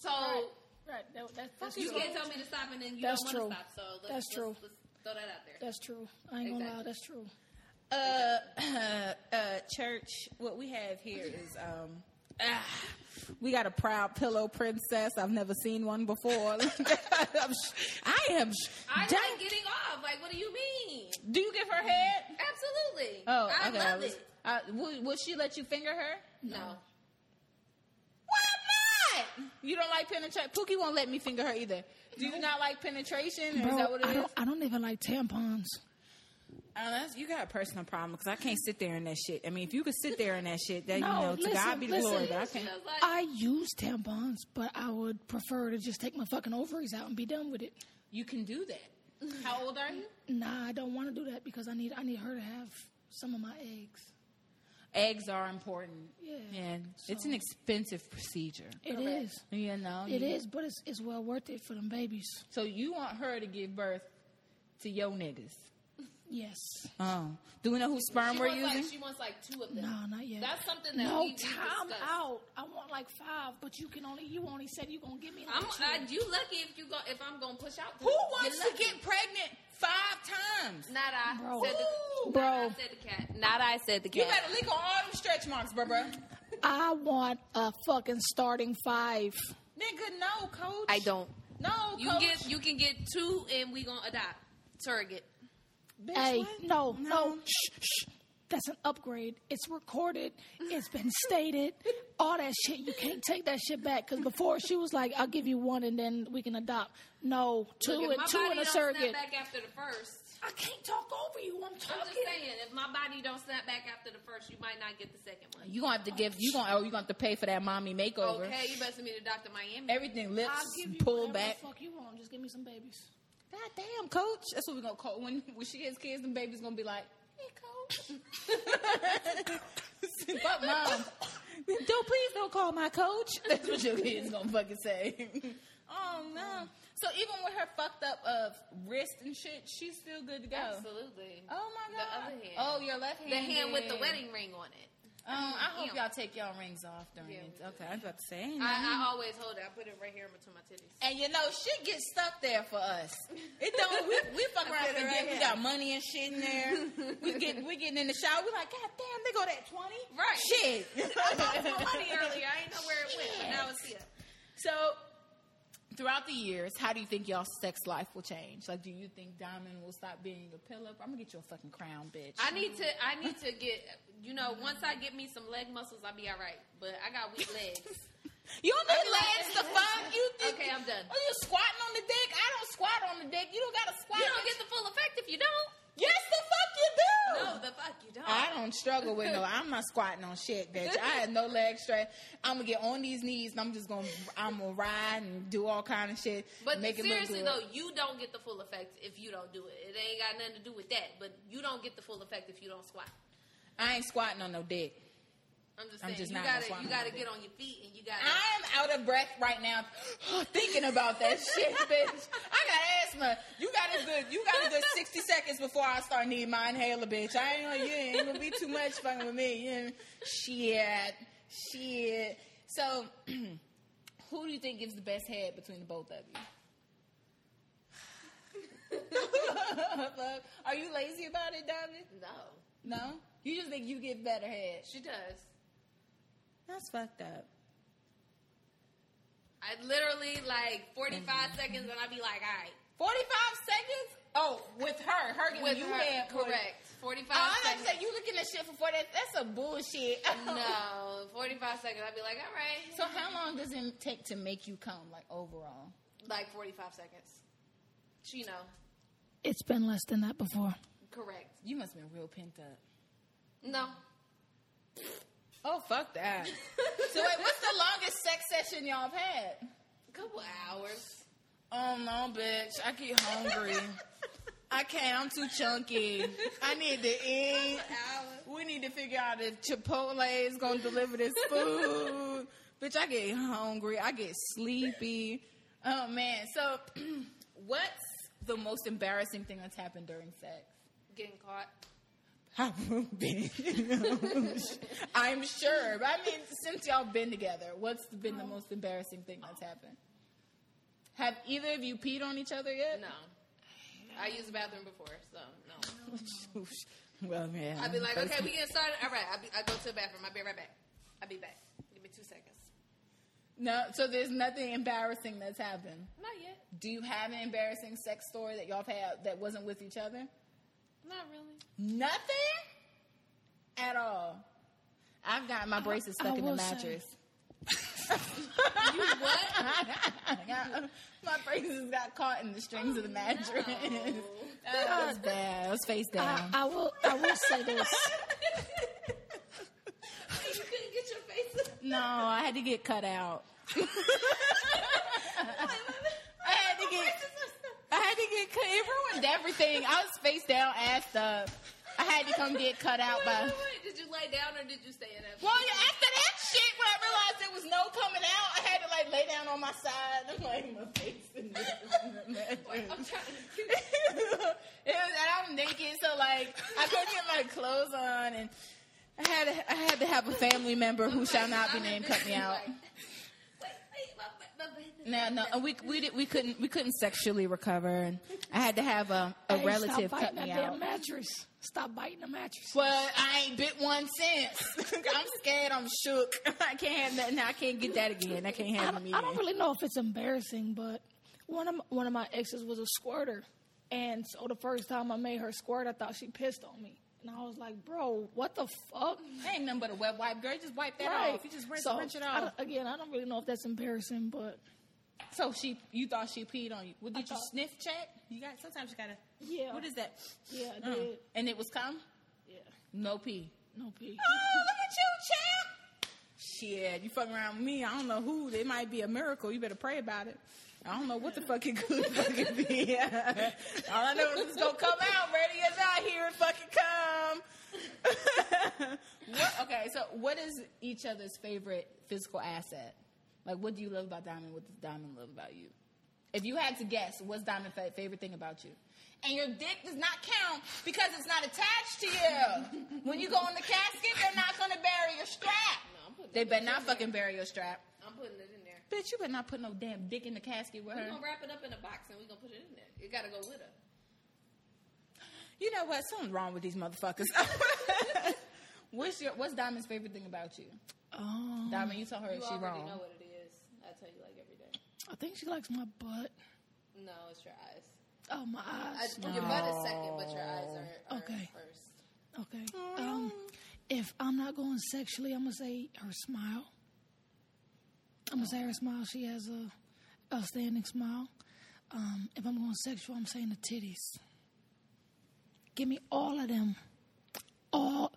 Speaker 3: So
Speaker 2: Right. Right. That, that, that's
Speaker 3: you
Speaker 2: true.
Speaker 3: can't tell me to stop, and then you
Speaker 2: That's
Speaker 3: don't
Speaker 2: true.
Speaker 3: want to stop. So let's,
Speaker 2: That's
Speaker 3: let's-
Speaker 2: true.
Speaker 3: let's throw that out there.
Speaker 2: That's true. I ain't gonna lie.
Speaker 3: Exactly.
Speaker 2: That's true.
Speaker 1: uh, uh, church, what we have here is um, ah, we got a proud pillow princess. I've never seen one before. I'm sh- I am. Sh-
Speaker 3: I like
Speaker 1: dang-
Speaker 3: getting off. Like, what do you mean?
Speaker 1: Do you give her head?
Speaker 3: Absolutely.
Speaker 1: Oh,
Speaker 3: I
Speaker 1: okay.
Speaker 3: love
Speaker 1: was-
Speaker 3: it.
Speaker 1: I- will, will she let you finger her?
Speaker 3: No.
Speaker 1: Why not? You don't like penetration. Pookie won't let me finger her either. Do you not like penetration? Or is that what it is?
Speaker 2: I don't even like tampons.
Speaker 1: Uh, that's, you got a personal problem because I can't sit there in that shit. I mean, if you could sit there in that shit, that
Speaker 2: No,
Speaker 1: you know, to God
Speaker 2: listen,
Speaker 1: be the glory.
Speaker 2: listen.
Speaker 1: But I can't.
Speaker 3: I was like,
Speaker 2: I use tampons, but I would prefer to just take my fucking ovaries out and be done with it.
Speaker 1: You can do that. How old are you?
Speaker 2: Nah, I don't want to do that because I need I need her to have some of my eggs.
Speaker 1: Eggs are important.
Speaker 2: Yeah.
Speaker 1: Yeah. It's an expensive procedure.
Speaker 2: It is,
Speaker 1: You know?
Speaker 2: it is,
Speaker 1: you-
Speaker 2: but it's it's well worth it for them babies.
Speaker 1: So you want her to give birth to your niggas.
Speaker 2: Yes.
Speaker 1: Oh. Do we know whose sperm
Speaker 3: she
Speaker 1: we're
Speaker 3: wants,
Speaker 1: using?
Speaker 3: like, she wants like two of them.
Speaker 2: No, not yet.
Speaker 3: That's something that
Speaker 2: no
Speaker 3: we, we
Speaker 2: time
Speaker 3: discussed.
Speaker 2: out. I want like five, but you can only you only said you gonna give me like
Speaker 3: I'm
Speaker 2: two.
Speaker 3: I, you lucky if you go if I'm gonna push out.
Speaker 1: Who wants
Speaker 3: You're
Speaker 1: to
Speaker 3: lucky.
Speaker 1: get pregnant five times?
Speaker 3: Not I.
Speaker 2: Bro.
Speaker 3: Said the,
Speaker 1: Ooh.
Speaker 3: Not I said the cat. Not I said the
Speaker 1: You
Speaker 3: cat.
Speaker 1: better lick on all them stretch marks, bruh, bruh.
Speaker 2: I want a fucking starting five.
Speaker 1: Nigga, no, coach.
Speaker 3: I don't.
Speaker 1: No,
Speaker 3: You
Speaker 1: coach.
Speaker 3: get you can get two and we gonna adopt surrogate.
Speaker 1: Bitch,
Speaker 2: Hey,
Speaker 1: what?
Speaker 2: no, no, Shh, shh. That's an upgrade. It's recorded. It's been stated. All that shit. You can't take that shit back. Because before she was like, "I'll give you one and then we can adopt." No, two
Speaker 3: Look, if
Speaker 2: and
Speaker 3: my
Speaker 2: two
Speaker 3: body
Speaker 2: and a
Speaker 3: don't
Speaker 2: surrogate.
Speaker 3: Snap back after the first.
Speaker 2: I can't talk over you. I'm
Speaker 3: I'm
Speaker 2: talking.
Speaker 3: just saying, if my body don't snap back after the first, you might not get the second one.
Speaker 1: You gonna have to give. You gonna. Oh, you gonna have to pay for that mommy makeover.
Speaker 3: Okay, you better send me to Doctor Miami.
Speaker 1: Everything
Speaker 2: I'll
Speaker 1: lips
Speaker 2: give you
Speaker 1: pull
Speaker 2: whatever the
Speaker 1: back.
Speaker 2: Fuck you want. Just give me some babies.
Speaker 1: God damn, coach. That's what we're gonna call when when she gets kids, the baby's gonna be like, Hey coach. but mom, don't please don't call my coach. That's what your kid's gonna fucking say. oh no. So even with her fucked up of wrist and shit, she's still good to go.
Speaker 3: Absolutely.
Speaker 1: Oh my
Speaker 3: The
Speaker 1: god.
Speaker 3: other hand.
Speaker 1: Oh, your left
Speaker 3: the
Speaker 1: hand.
Speaker 3: hand with the wedding ring on it.
Speaker 1: Um, I hope
Speaker 3: Yeah.
Speaker 1: y'all take y'all rings off during
Speaker 3: Yeah,
Speaker 1: it.
Speaker 3: we do.
Speaker 1: Okay, I'm about to say. ain't nothing.
Speaker 3: I, I always hold it. I put it right here in between my titties.
Speaker 1: And you know, shit gets stuck there for us. It don't. We, we fuck around
Speaker 3: Put it
Speaker 1: forget
Speaker 3: right
Speaker 1: we
Speaker 3: here.
Speaker 1: got money and shit in there. We get we getting in the shower. We like, God damn, they go that twenty.
Speaker 3: Right.
Speaker 1: Shit.
Speaker 3: I lost my money earlier. I didn't know where it went, but now it's here.
Speaker 1: so, throughout the years, how do you think y'all sex life will change? Like, do you think Diamond will stop being your pillow? I'm gonna get you a fucking crown, bitch.
Speaker 3: I need to. I need to get. You know, once I get me some leg muscles, I'll be all right. But I got weak legs.
Speaker 1: you don't
Speaker 3: I
Speaker 1: think
Speaker 3: be like-
Speaker 1: legs the fuck? You think?
Speaker 3: Okay, I'm done.
Speaker 1: Are you squatting on the dick? I don't squat on the dick. You don't gotta squat.
Speaker 3: You don't get the full effect if you don't.
Speaker 1: yes, the fuck you do.
Speaker 3: No, the fuck you don't.
Speaker 1: I don't struggle with no. I'm not squatting on shit, bitch. I have no leg strength. I'm gonna get on these knees and I'm just gonna I'm gonna ride and do all kind of shit.
Speaker 3: But
Speaker 1: make
Speaker 3: seriously
Speaker 1: it look
Speaker 3: though,
Speaker 1: good.
Speaker 3: you don't get the full effect if you don't do it. It ain't got nothing to do with that. But you don't get the full effect if you don't squat.
Speaker 1: I ain't squatting on no dick.
Speaker 3: I'm just
Speaker 1: I'm
Speaker 3: saying.
Speaker 1: just
Speaker 3: you
Speaker 1: not
Speaker 3: gotta.
Speaker 1: gonna squat
Speaker 3: You
Speaker 1: on my
Speaker 3: gotta
Speaker 1: dick.
Speaker 3: get on your feet and you gotta.
Speaker 1: I am out of breath right now thinking about that shit, bitch. I got asthma. You got a good you got a good sixty seconds before I start needing my inhaler, bitch. I ain't know you ain't gonna be too much fucking with me. You know? Shit. Shit. So who do you think gives the best head between the both of you? Fuck. Are you lazy about it, Diamond?
Speaker 3: no,
Speaker 1: No? You just think you get better head.
Speaker 3: she does.
Speaker 1: That's fucked up.
Speaker 3: I literally like 45
Speaker 1: Mm-hmm.
Speaker 3: seconds, and I'd be like, all right.
Speaker 1: 45 seconds? Oh, with her. Her giving
Speaker 3: With
Speaker 1: you
Speaker 3: her,
Speaker 1: head. for-
Speaker 3: correct. 45
Speaker 1: Oh, I like to
Speaker 3: seconds.
Speaker 1: say, you looking at shit for 40. That's a bullshit.
Speaker 3: No, 45 seconds. I'd be like, all right.
Speaker 1: So how long does it take to make you come, like, overall?
Speaker 3: Like 45 seconds. She know.
Speaker 2: It's been less than that before.
Speaker 1: Oh.
Speaker 3: Correct.
Speaker 1: You must have been real pent up.
Speaker 3: No.
Speaker 1: Oh, fuck that. so, wait, what's the longest sex session y'all have had?
Speaker 3: couple hours.
Speaker 1: Oh, no, bitch. I get hungry. I can't. I'm too chunky. I need to eat.
Speaker 3: Hours.
Speaker 1: We need to figure out if Chipotle is gonna deliver this food. Bitch, I get hungry. I get sleepy. Oh man. So, what's the most embarrassing thing that's happened during sex?
Speaker 3: Getting caught.
Speaker 1: I won't be. I'm sure. But I mean, since y'all been together, what's been the most embarrassing thing that's happened? Have either of you peed on each other yet?
Speaker 3: No. I used the bathroom before, so
Speaker 1: Mm-hmm.
Speaker 3: no.
Speaker 1: well, yeah.
Speaker 3: I'd be like, okay, we getting started. All right, I'll be, I go to the bathroom. I'll be right back. I'll be back. Give me two seconds.
Speaker 1: No, so there's nothing embarrassing that's happened.
Speaker 3: Not yet.
Speaker 1: Do you have an embarrassing sex story that y'all have had that wasn't with each other?
Speaker 3: Not really.
Speaker 1: Nothing at all. I've got my braces stuck
Speaker 2: I
Speaker 1: in the
Speaker 2: will say-
Speaker 1: mattress.
Speaker 3: What?
Speaker 1: I got- my braces got caught in the strings of
Speaker 2: Oh,
Speaker 1: the mattress. that was bad. I was face
Speaker 2: I,
Speaker 1: down.
Speaker 2: I will. I will say this.
Speaker 3: you couldn't get your face.
Speaker 1: no, I had to get cut out. I had to get. I had to get cut. It ruined everything. I was face down, ass up. I had to come get cut out by.
Speaker 3: Did you lay down or did you stay in that?
Speaker 1: Well, yeah, after that shit, when I realized there was no coming out, I had to like lay down on my side. I'm like my face in this.
Speaker 3: I'm trying to.
Speaker 1: it was, and I'm naked, so like I couldn't get my clothes on, and I had to, I had to have a family member who shall not be
Speaker 3: I'm in
Speaker 1: named
Speaker 3: this
Speaker 1: cut me
Speaker 3: and
Speaker 1: out.
Speaker 3: like, wait, wait, my- my- my-
Speaker 1: No, no, and we we did, we couldn't we couldn't sexually recover, and I had to have a, a
Speaker 2: Hey,
Speaker 1: relative
Speaker 2: stop
Speaker 1: cut
Speaker 2: biting
Speaker 1: me
Speaker 2: that damn
Speaker 1: out.
Speaker 2: mattress. Stop biting the mattress.
Speaker 1: But I ain't bit one since. I'm scared. I'm shook. I can't have nothing. I can't get that again. I can't
Speaker 2: I
Speaker 1: have them
Speaker 2: don't, I don't
Speaker 1: again.
Speaker 2: really know if it's embarrassing, but one of m- one of my exes was a squirter, and so the first time I made her squirt, I thought she pissed on me, and I was like, "Bro, what the fuck?"
Speaker 1: Ain't nothing but a wet wipe, girl. You Just wipe that
Speaker 2: Right.
Speaker 1: off. You just rinse,
Speaker 2: So,
Speaker 1: rinse it
Speaker 2: I
Speaker 1: off.
Speaker 2: don't- again, I don't really know if that's embarrassing, but
Speaker 1: so she, you thought she peed on you? Well, did you
Speaker 2: thought-
Speaker 1: sniff check? You got sometimes you gotta.
Speaker 2: Yeah.
Speaker 1: What is that?
Speaker 2: yeah, I
Speaker 1: Uh,
Speaker 2: did.
Speaker 1: and it was cum.
Speaker 2: Yeah,
Speaker 1: No pee.
Speaker 2: no pee.
Speaker 1: Oh, look at you, champ. Shit, you fucking around with me. I don't know who. It might be a miracle. You better pray about it. I don't know what the fuck it could fucking be. All I know is it's gonna come out ready as I hear it fucking come. What, okay, so what is each other's favorite physical asset? Like, what do you love about Diamond? What does Diamond love about you? If you had to guess, what's Diamond's fa- favorite thing about you? And your dick does not count because it's not attached to you. when you go in the casket, they're not going to bury your strap.
Speaker 3: I'm putting
Speaker 1: they better not fucking bury your strap.
Speaker 3: I'm putting it in there.
Speaker 1: Bitch, you better not put no damn dick in the casket with
Speaker 3: We're
Speaker 1: her.
Speaker 3: gonna wrap it up in a box and we're gonna put it in there. It gotta go with her.
Speaker 1: You know what? Something's wrong with these motherfuckers. what's your What's Diamond's favorite thing about you?
Speaker 2: Um,
Speaker 1: Diamond, you tell her
Speaker 3: You
Speaker 1: if she's
Speaker 3: already
Speaker 1: wrong.
Speaker 3: know what it is. I tell you like every day.
Speaker 2: I think she likes my butt.
Speaker 3: No, it's your eyes.
Speaker 2: Oh, my
Speaker 3: I,
Speaker 2: eyes.
Speaker 3: Your butt is second, but your eyes are, are
Speaker 2: Okay.
Speaker 3: first.
Speaker 2: Okay. Um, if I'm not going sexually, I'm gonna say her smile. I'm gonna say her smile. She has a outstanding smile. Um, if I'm going sexual, I'm saying the titties. Give me all of them. All.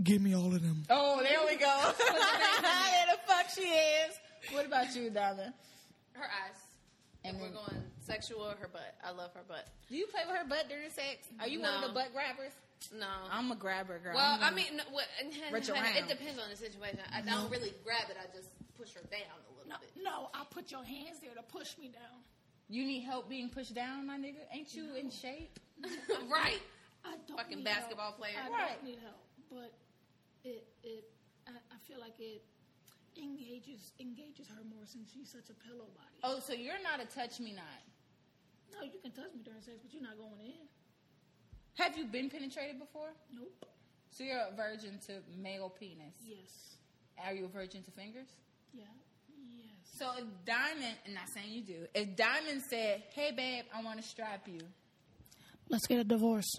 Speaker 4: Give me all of them.
Speaker 1: Oh, there we go. there the fuck she is. What about you, Diamond?
Speaker 3: Her eyes. And we're going sexual, her butt. I love her butt.
Speaker 1: Do you play with her butt during sex? Are you one of the
Speaker 3: No.
Speaker 1: butt grabbers?
Speaker 3: No.
Speaker 1: I'm a grabber, girl.
Speaker 3: well,
Speaker 1: I'm
Speaker 3: I
Speaker 1: gonna-
Speaker 3: mean, no, what,
Speaker 1: Reach Mm-hmm. around.
Speaker 3: it depends on the situation. I don't really grab it. I just push her down a little bit.
Speaker 2: No, I put your hands there to push me down.
Speaker 1: you need help being pushed down, my nigga. Ain't you in shape?
Speaker 3: right.
Speaker 2: I don't
Speaker 3: Fucking
Speaker 2: need
Speaker 3: basketball
Speaker 2: help.
Speaker 3: player.
Speaker 2: I
Speaker 1: Right.
Speaker 2: don't need help, but it it I, I feel like it engages engages her more since she's such a pillow body.
Speaker 1: Oh, so you're not a touch me not.
Speaker 2: No, you can touch me during sex, but you're not going in.
Speaker 1: Have you been penetrated before?
Speaker 2: Nope.
Speaker 1: So you're a virgin to male penis.
Speaker 2: Yes.
Speaker 1: Are you a virgin to fingers?
Speaker 2: Yeah. Yes.
Speaker 1: So if Diamond, and not saying you do, if Diamond said, "Hey babe, I want to strap you,"
Speaker 2: Let's get a divorce.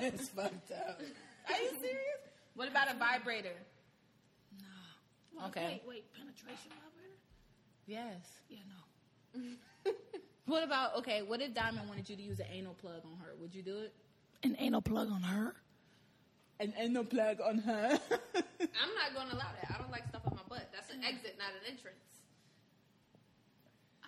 Speaker 1: it's fucked up. Are you serious? What about a vibrator?
Speaker 2: Well,
Speaker 1: Okay.
Speaker 2: Wait, wait. Penetration vibrator?
Speaker 1: Yes.
Speaker 2: Yeah. No.
Speaker 1: What about okay? What if Diamond wanted you to use an anal plug on her? Would you do it?
Speaker 2: An anal plug on her?
Speaker 1: An anal plug on her.
Speaker 3: I'm not going to allow that. I don't like stuff on my butt. That's
Speaker 1: Mm-hmm.
Speaker 3: an exit, not an entrance.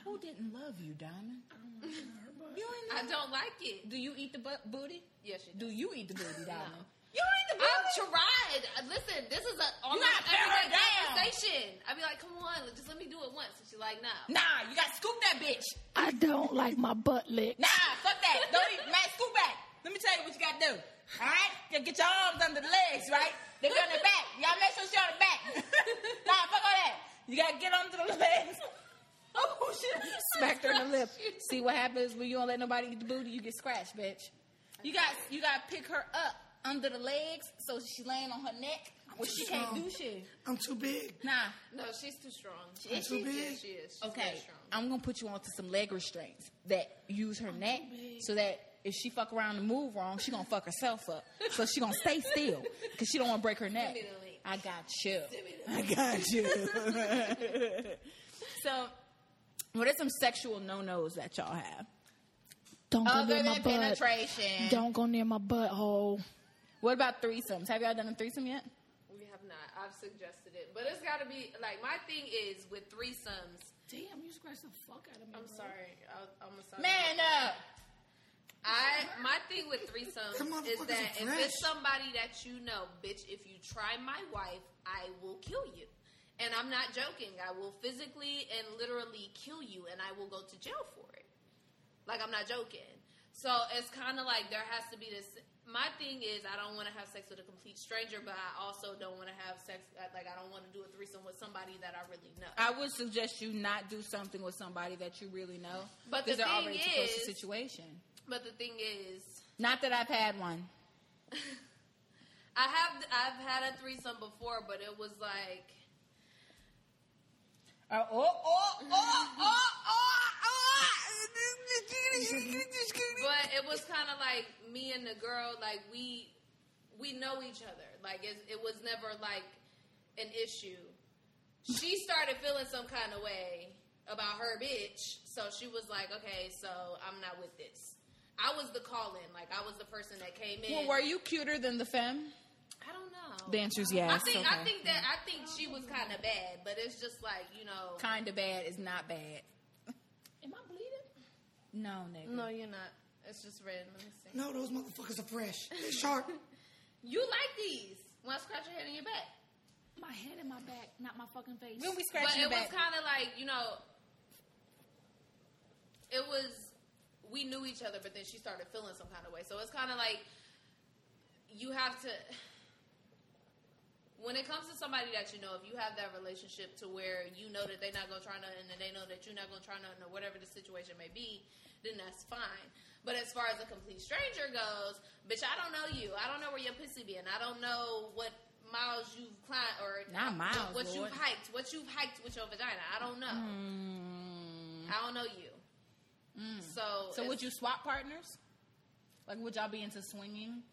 Speaker 1: Who didn't love you, Diamond?
Speaker 2: I don't want to get on her butt.
Speaker 1: You
Speaker 3: I
Speaker 1: ain't.
Speaker 3: don't like it.
Speaker 1: do you eat the butt booty?
Speaker 3: Yes, you
Speaker 1: Do you eat the booty, Diamond?
Speaker 3: You ain't the I've tried. Uh, Listen, this is an almost
Speaker 1: gotta pare it
Speaker 3: everyday
Speaker 1: down.
Speaker 3: conversation. I'd be like, come on, just let me do it once. And she's like, no.
Speaker 1: Nah, you gotta scoop that bitch.
Speaker 2: I don't like my butt licked.
Speaker 1: Nah, fuck that. Don't even, man, scoop back. Let me tell you what you gotta do. All right, Just get your arms under the legs, right? They be on the back. You gotta make sure she on the back. nah, fuck all that. You gotta get under the legs. Oh shit! Smacked her in the lip. See what happens when you don't let nobody eat the booty? You get scratched, bitch. You got you gotta pick her up under the legs so she's laying on her neck where she can't do shit.
Speaker 4: I'm too big.
Speaker 1: Nah,
Speaker 3: No, she's too strong.
Speaker 1: I'm
Speaker 3: She,
Speaker 1: too
Speaker 4: big.
Speaker 3: is. She is. She's
Speaker 1: Okay,
Speaker 3: very strong.
Speaker 1: I'm gonna put you onto some leg restraints that use
Speaker 3: Oh,
Speaker 1: her neck so that if she fuck around and move wrong, she gonna fuck herself up. So she gonna stay still because she don't want to break her neck.
Speaker 3: Give me the link.
Speaker 1: I got you.
Speaker 4: I got you.
Speaker 1: So, what are some sexual no nos that y'all have
Speaker 2: Don't
Speaker 3: Oh,
Speaker 2: go
Speaker 1: other
Speaker 2: near my
Speaker 1: than
Speaker 2: butt.
Speaker 1: penetration?
Speaker 2: Don't go near my butthole.
Speaker 1: What about threesomes? Have y'all done a threesome yet?
Speaker 3: We have not. I've suggested it, but it's got to be like my thing is with threesomes.
Speaker 2: Damn, you scratched the fuck out of me.
Speaker 3: I'm sorry. I, I'm sorry.
Speaker 1: Man up.
Speaker 3: I my thing with threesomes
Speaker 4: Them
Speaker 3: is
Speaker 4: motherfuckers
Speaker 3: that
Speaker 4: are
Speaker 3: if
Speaker 4: fresh.
Speaker 3: it's somebody that you know, bitch, if you try my wife, I will kill you. And I'm not joking. I will physically and literally kill you, and I will go to jail for it. Like I'm not joking. So it's kind of like there has to be this. My thing is I don't want to have sex with a complete stranger, but I also don't want to have sex like I don't want to do a threesome with somebody that I really know.
Speaker 1: I would suggest you not do something with somebody that you really know,
Speaker 3: But the
Speaker 1: 'cause they're
Speaker 3: thing
Speaker 1: already too close to
Speaker 3: is-
Speaker 1: situation.
Speaker 3: but the thing is,
Speaker 1: Not that I've had one.
Speaker 3: I have I've had a threesome before, but it was like.
Speaker 1: Uh, oh, oh, oh, oh, oh, oh.
Speaker 3: but it was kind of like me and the girl, like we we know each other. Like it, it was never like an issue. She started feeling some kind of way about her bitch, so she was like, "Okay, so I'm not with this." I was the call in, like I was the person that came in.
Speaker 1: Well, were you cuter than the femme?
Speaker 3: I don't know.
Speaker 1: The answer's yes.
Speaker 3: I think I think that I think she was kind of bad, but it's just like you know.
Speaker 1: kind of bad is not bad.
Speaker 2: Am I bleeding?
Speaker 1: No, nigga.
Speaker 3: you're not. It's just red. Let me see.
Speaker 4: No, those motherfuckers are fresh. They're sharp.
Speaker 3: You like these. Want to scratch your head and your back.
Speaker 6: My head and my back, not my fucking face.
Speaker 1: When we
Speaker 3: But
Speaker 1: scratch your
Speaker 3: it was
Speaker 1: back.
Speaker 3: kind of like, you know, it was, we knew each other, but then she started feeling some kind of way. So it's kind of like, you have to, when it comes to somebody that you know, if you have that relationship to where you know that they're not going to try nothing and they know that you're not going to try nothing or whatever the situation may be, then that's fine. But as far as a complete stranger goes, bitch, I don't know you. I don't know where your pussy been. I don't know what miles you've climbed or
Speaker 1: Not miles, Lord.
Speaker 3: what
Speaker 1: Mm-hmm.
Speaker 3: you've hiked, what you've hiked with your vagina. I don't know. I don't know you. So,
Speaker 1: Mm. So
Speaker 3: it's-
Speaker 1: would you swap partners? Like, would y'all be into swinging?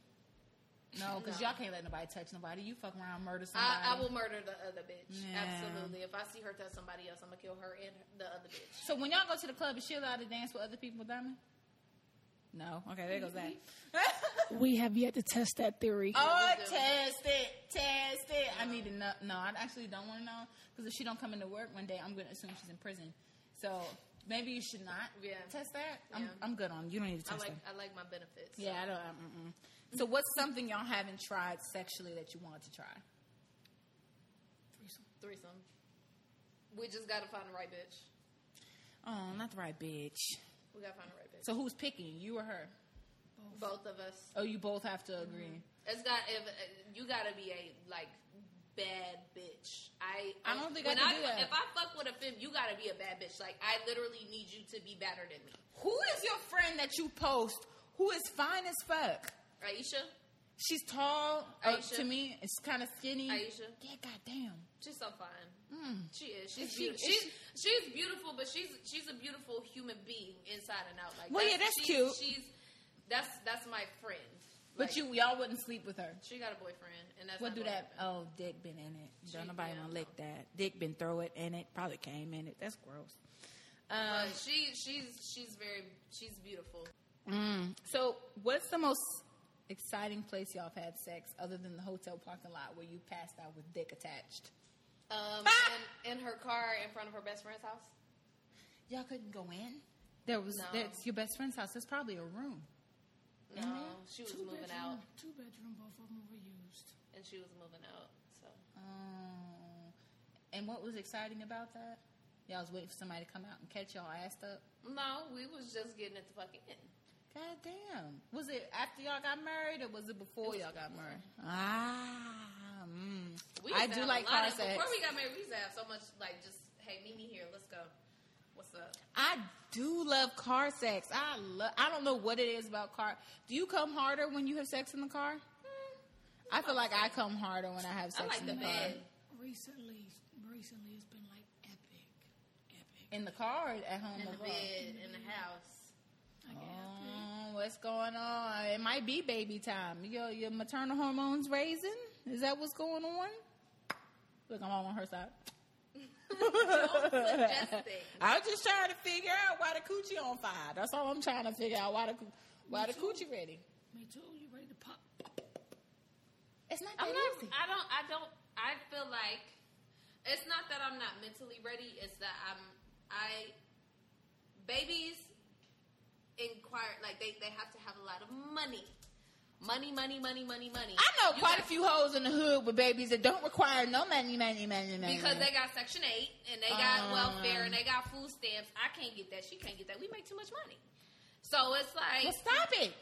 Speaker 1: No, because
Speaker 3: No.
Speaker 1: y'all can't let nobody touch nobody. You fuck around, murder somebody.
Speaker 3: I, I will murder the other bitch.
Speaker 1: Yeah.
Speaker 3: Absolutely. If I see her touch somebody else, I'm gonna kill her and the other bitch.
Speaker 1: So when y'all go to the club, is she allowed to dance with other people, Diamond? No. Okay, there goes that.
Speaker 2: We have yet to test that theory.
Speaker 1: Oh,
Speaker 3: we do.
Speaker 1: test it, test it. I need to know. No, I actually don't want to know because if she don't come into work one day, I'm gonna assume she's in prison. So maybe you should not
Speaker 3: Yeah.
Speaker 1: test that. I'm,
Speaker 3: Yeah.
Speaker 1: I'm good on. You don't need to
Speaker 3: I
Speaker 1: test
Speaker 3: like
Speaker 1: that.
Speaker 3: I like my benefits.
Speaker 1: Yeah, I don't. Um, mm-mm. So what's something y'all haven't tried sexually that you want to try?
Speaker 3: Threesome. We just gotta find the right bitch.
Speaker 1: Oh, not the right bitch.
Speaker 3: We gotta find the right bitch.
Speaker 1: So who's picking? You or her?
Speaker 3: Both of us.
Speaker 1: Oh, you both have to agree.
Speaker 3: It's got if uh, you gotta be a like bad bitch. I
Speaker 1: I don't think I
Speaker 3: when
Speaker 1: could do that.
Speaker 3: If I fuck with a femme, you gotta be a bad bitch. Like I literally need you to be better than me.
Speaker 1: Who is your friend that you post who is fine as fuck?
Speaker 3: Aisha,
Speaker 1: She's tall. uh,
Speaker 3: Aisha.
Speaker 1: to me, it's kind of skinny.
Speaker 3: Aisha.
Speaker 1: Yeah, goddamn.
Speaker 3: She's so fine. She is. She's,
Speaker 1: Hmm. Is she-
Speaker 3: beautiful.
Speaker 1: is
Speaker 3: she's she's beautiful, but she's she's a beautiful human being inside and out. Like,
Speaker 1: Well, yeah, that's
Speaker 3: she's-
Speaker 1: cute.
Speaker 3: She's that's that's my friend.
Speaker 1: But
Speaker 3: Like,
Speaker 1: you, y'all wouldn't sleep with her.
Speaker 3: she got a boyfriend, and that's
Speaker 1: What
Speaker 3: not
Speaker 1: do
Speaker 3: gonna
Speaker 1: that?
Speaker 3: happen.
Speaker 1: Oh, dick been in it. Don't
Speaker 3: She-
Speaker 1: nobody
Speaker 3: yeah,
Speaker 1: want
Speaker 3: no.
Speaker 1: to lick that. Dick been throw it in it. Probably came in it. That's gross.
Speaker 3: But
Speaker 1: Um,
Speaker 3: she she's she's very she's beautiful.
Speaker 1: so, what's the most exciting place y'all have had sex other than the hotel parking lot where you passed out with dick attached?
Speaker 3: Um,
Speaker 1: Ah!
Speaker 3: in, in her car in front of her best friend's house.
Speaker 1: Y'all couldn't go in. There was
Speaker 3: No.
Speaker 1: that's your best friend's house. There's probably a room.
Speaker 3: No,
Speaker 1: Mm-hmm.
Speaker 3: she was
Speaker 2: two
Speaker 3: moving
Speaker 2: bedroom,
Speaker 3: out,
Speaker 2: Two bedroom, both of them were used.
Speaker 3: and she was moving out. So
Speaker 1: Um, and what was exciting about that? Y'all was waiting for somebody to come out and catch y'all ass up.
Speaker 3: no, we was just getting it to fucking in.
Speaker 1: God damn. Was it after y'all got married or was it before y'all got married? Ah. Mm.
Speaker 3: We
Speaker 1: I
Speaker 3: used
Speaker 1: do
Speaker 3: to have a
Speaker 1: like
Speaker 3: lot
Speaker 1: car
Speaker 3: of-
Speaker 1: sex.
Speaker 3: Before we got married, we used to have so much like just hey, meet me here, let's go. What's up?
Speaker 1: I do love car sex. I love I don't know what it is about car. Do you come harder when you have sex in the car? I feel like I come harder when Hmm. I have sex
Speaker 3: I like
Speaker 1: in
Speaker 3: the
Speaker 1: the, car.
Speaker 3: bed.
Speaker 2: Recently, recently it's been like epic, epic.
Speaker 1: In the car or at home
Speaker 3: in
Speaker 1: or
Speaker 3: the
Speaker 1: what?
Speaker 3: bed in the house.
Speaker 2: I get epic.
Speaker 1: Oh, what's going on? It might be baby time. Your your maternal hormones raising? Is that what's going on? Look, I'm all on her side.
Speaker 3: Suggest things.
Speaker 1: I'm just trying to figure out why the coochie on fire. That's all I'm trying to figure out. Why the coo- why the coochie ready?
Speaker 2: Me too. You ready to pop?
Speaker 1: It's not that
Speaker 3: I'm not.
Speaker 1: easy.
Speaker 3: I don't. I don't. I feel like it's not that I'm not mentally ready. It's that I'm. I babies inquire like they they have to have a lot of money, money, money, money, money, money.
Speaker 1: I know
Speaker 3: You
Speaker 1: quite
Speaker 3: got-
Speaker 1: a few hoes in the hood with babies that don't require no money, money, money, money.
Speaker 3: Because they got Section Eight and they
Speaker 1: Um.
Speaker 3: got welfare and they got food stamps. I can't get that. She can't get that. We make too much money. So it's like
Speaker 1: well, stop it.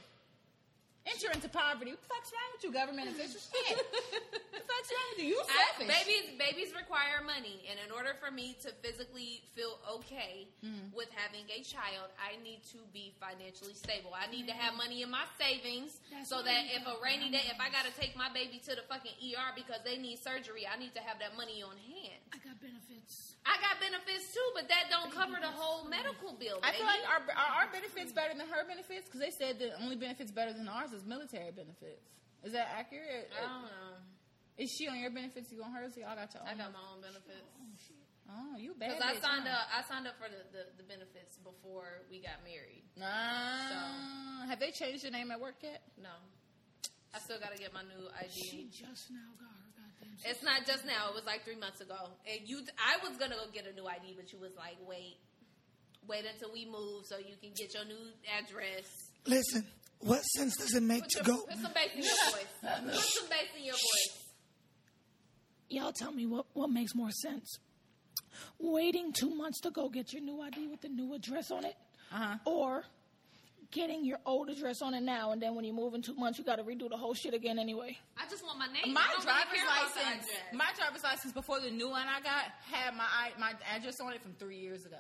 Speaker 1: Enter into poverty. What the fuck's wrong with you, government official? Shit. what the fuck's wrong with you? You
Speaker 3: I,
Speaker 1: selfish.
Speaker 3: babies babies require money, and in order for me to physically feel okay
Speaker 1: Mm-hmm.
Speaker 3: with having a child, I need to be financially stable. I need to have money in my savings
Speaker 2: That's
Speaker 3: so
Speaker 2: why
Speaker 3: that
Speaker 2: you
Speaker 3: if a
Speaker 2: got
Speaker 3: rainy day, if I got to take my baby to the fucking ER because they need surgery, I need to have that money on hand.
Speaker 2: I got benefits.
Speaker 3: I got benefits too, but that don't cover the whole medical bill.
Speaker 1: I feel
Speaker 3: baby.
Speaker 1: like our, our, our benefits better than her benefits because they said the only benefits better than ours is military benefits. Is that accurate?
Speaker 3: I don't know.
Speaker 1: Is she on your benefits? You on hers? Y'all got your own.
Speaker 3: I got my own benefits
Speaker 1: Oh, you bad.
Speaker 3: because I
Speaker 1: bitch,
Speaker 3: signed
Speaker 1: huh?
Speaker 3: up. I signed up for the, the, the benefits before we got married.
Speaker 1: Ah, have they changed your name at work yet?
Speaker 3: No, I still got to get my new ID.
Speaker 2: She just now got her goddamn. shit.
Speaker 3: It's not just now. It was like three months ago. And you, I was gonna go get a new ID, but you was like, wait, wait until we move so you can get your new address.
Speaker 4: Listen, What sense does it make to go?
Speaker 3: Put some bass in your voice. Put some bass in your voice.
Speaker 2: Y'all tell me what, what makes more sense. Waiting two months to go get your new ID with the new address on it,
Speaker 6: Uh-huh.
Speaker 2: or getting your old address on it now, and then when you move in two months, you got to redo the whole shit again anyway.
Speaker 3: I just want my name.
Speaker 1: My
Speaker 3: I don't really
Speaker 1: driver's
Speaker 3: care about the
Speaker 1: license,
Speaker 3: address.
Speaker 1: my driver's license before the new one I got had my I- my address on it from three years ago.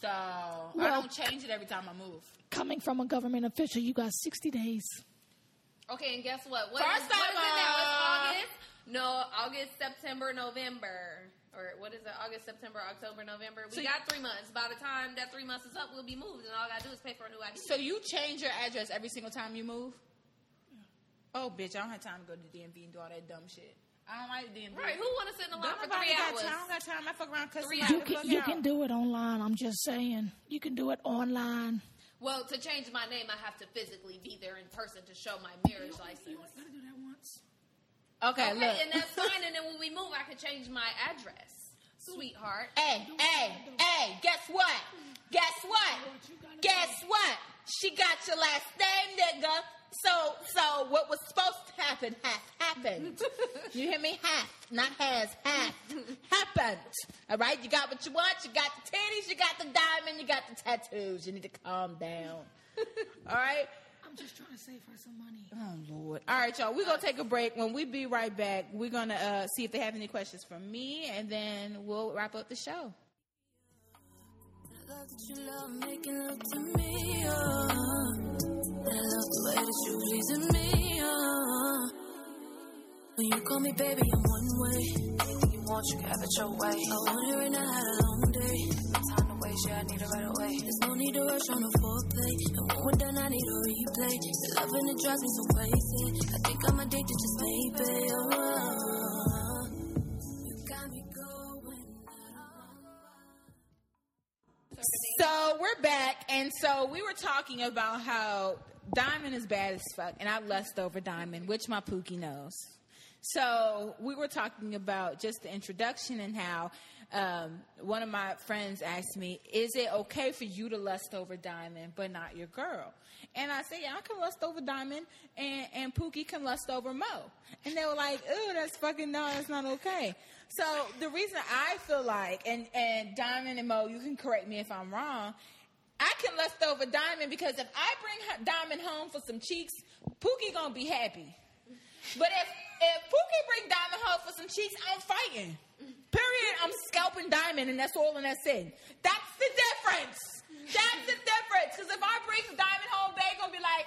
Speaker 1: So I
Speaker 2: Well-
Speaker 1: don't change it every time I move.
Speaker 2: Coming from a government official, you got 60 days.
Speaker 3: Okay, and guess what? What
Speaker 1: First
Speaker 3: is- what
Speaker 1: of
Speaker 3: is it now? It's
Speaker 1: all-
Speaker 3: August? No, August, September, November. Or what is it? August, September, October, November. We
Speaker 1: So-
Speaker 3: got three months. By the time that three months is up, we'll be moved, and all I gotta do is pay for a new ID.
Speaker 1: So you change your address every single time you move? Oh, bitch! I don't have time to go to the DMV and do all that dumb shit. I don't like the DMV.
Speaker 3: right? Who want to sit in the
Speaker 1: Don't
Speaker 3: line for
Speaker 1: nobody
Speaker 3: three
Speaker 1: got
Speaker 3: hours?
Speaker 1: time. I don't got time. I fuck around cussing
Speaker 3: Three
Speaker 1: out
Speaker 2: You
Speaker 1: the fuck
Speaker 2: can, you
Speaker 1: out.
Speaker 2: can do it online. I'm just saying. You can do it online.
Speaker 3: Well, to change my name, I have to physically be there in person to show my marriage license.
Speaker 2: to do that once.
Speaker 1: Okay,
Speaker 3: Okay,
Speaker 1: look.
Speaker 3: and that's fine. And then when we move, I can change my address, sweetheart.
Speaker 1: Hey, hey, hey, guess what? Guess what? Guess what? She got your last name, nigga. So, so what was supposed to happen has happened. You hear me? Half, not has, half happened. All right, you got what you want. You got the titties, you got the diamond, you got the tattoos. You need to calm down. All right.
Speaker 2: I'm just trying to save her some money.
Speaker 1: Oh Lord! All right, y'all. We're gonna take a break. When we be right back, we're gonna uh, see if they have any questions for me, and then we'll wrap up the show.
Speaker 5: I love that you love making love to me, oh. I love the way that you pleasing me, oh. When you call me baby, I'm one way. You want, you can have it your way. I want it right now, had a long day. No Time to waste, yeah, I need it right away. There's no need to rush on the foreplay. And when we're done, I need a replay. Your loving it drives me so crazy. I think I'm addicted, just maybe, oh. You got me going out.
Speaker 1: So we're back, and so we were talking about how Diamond is bad as fuck, and I lust over Diamond, which my Pookie knows. So we were talking about just the introduction and how um, one of my friends asked me, "Is it okay for you to lust over Diamond, but not your girl?" And I said, "Yeah, I can lust over Diamond, and and Pookie can lust over Mo." And they were like, "Ooh, that's fucking no, that's not okay." So the reason I feel like, and and Diamond and Mo, you can correct me if I'm wrong. I can lust over Diamond because if I bring her, Diamond home for some cheeks, Pookie gonna be happy. But if if Pookie bring Diamond home for some cheeks, I'm fighting. Period. I'm scalping Diamond, and that's all, and that's it. That's the difference. That's the difference. Because if I bring Diamond home, they gonna be like,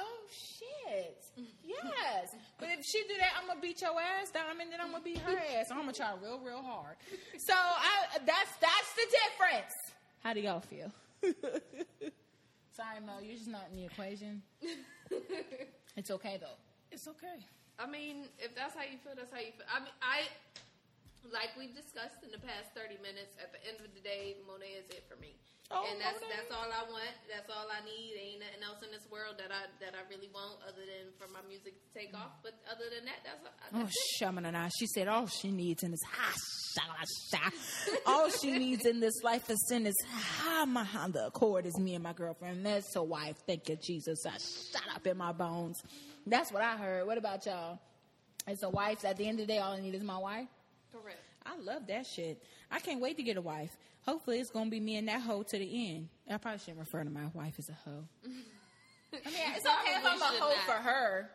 Speaker 1: "Oh shit, yes." But if she do that, I'm gonna beat your ass, Diamond. Then I'm gonna beat her ass. I'm gonna try real, real hard. So I, that's that's the difference. How do y'all feel? Sorry, Mo, you're just not in the equation. it's okay though.
Speaker 2: It's okay.
Speaker 3: I mean, if that's how you feel, that's how you feel. I mean, I like we've discussed in the past thirty minutes. At the end of the day, Monet is it for me,
Speaker 1: Oh,
Speaker 3: and that's
Speaker 1: Monet.
Speaker 3: that's all I want. That's all I need. Ain't nothing else in this world that I that I really want other than for my music to take off. But other than that, that's,
Speaker 1: Oh,
Speaker 3: that's
Speaker 1: shamanana. She said all she needs in this ha shamanasha. All she needs in this life of sin is ha my Honda Accord is me and my girlfriend. That's her wife. Thank you, Jesus. I shut up in my bones. That's what I heard. What about y'all? It's a wife. At the end of the day, all I need is my wife.
Speaker 3: correct.
Speaker 1: I love that shit. I can't wait to get a wife. Hopefully, it's gonna be me and that hoe to the end. I probably shouldn't refer to my wife as a hoe. I mean, it's okay if I'm
Speaker 3: Probably
Speaker 1: a
Speaker 3: should
Speaker 1: hoe
Speaker 3: not.
Speaker 1: for her.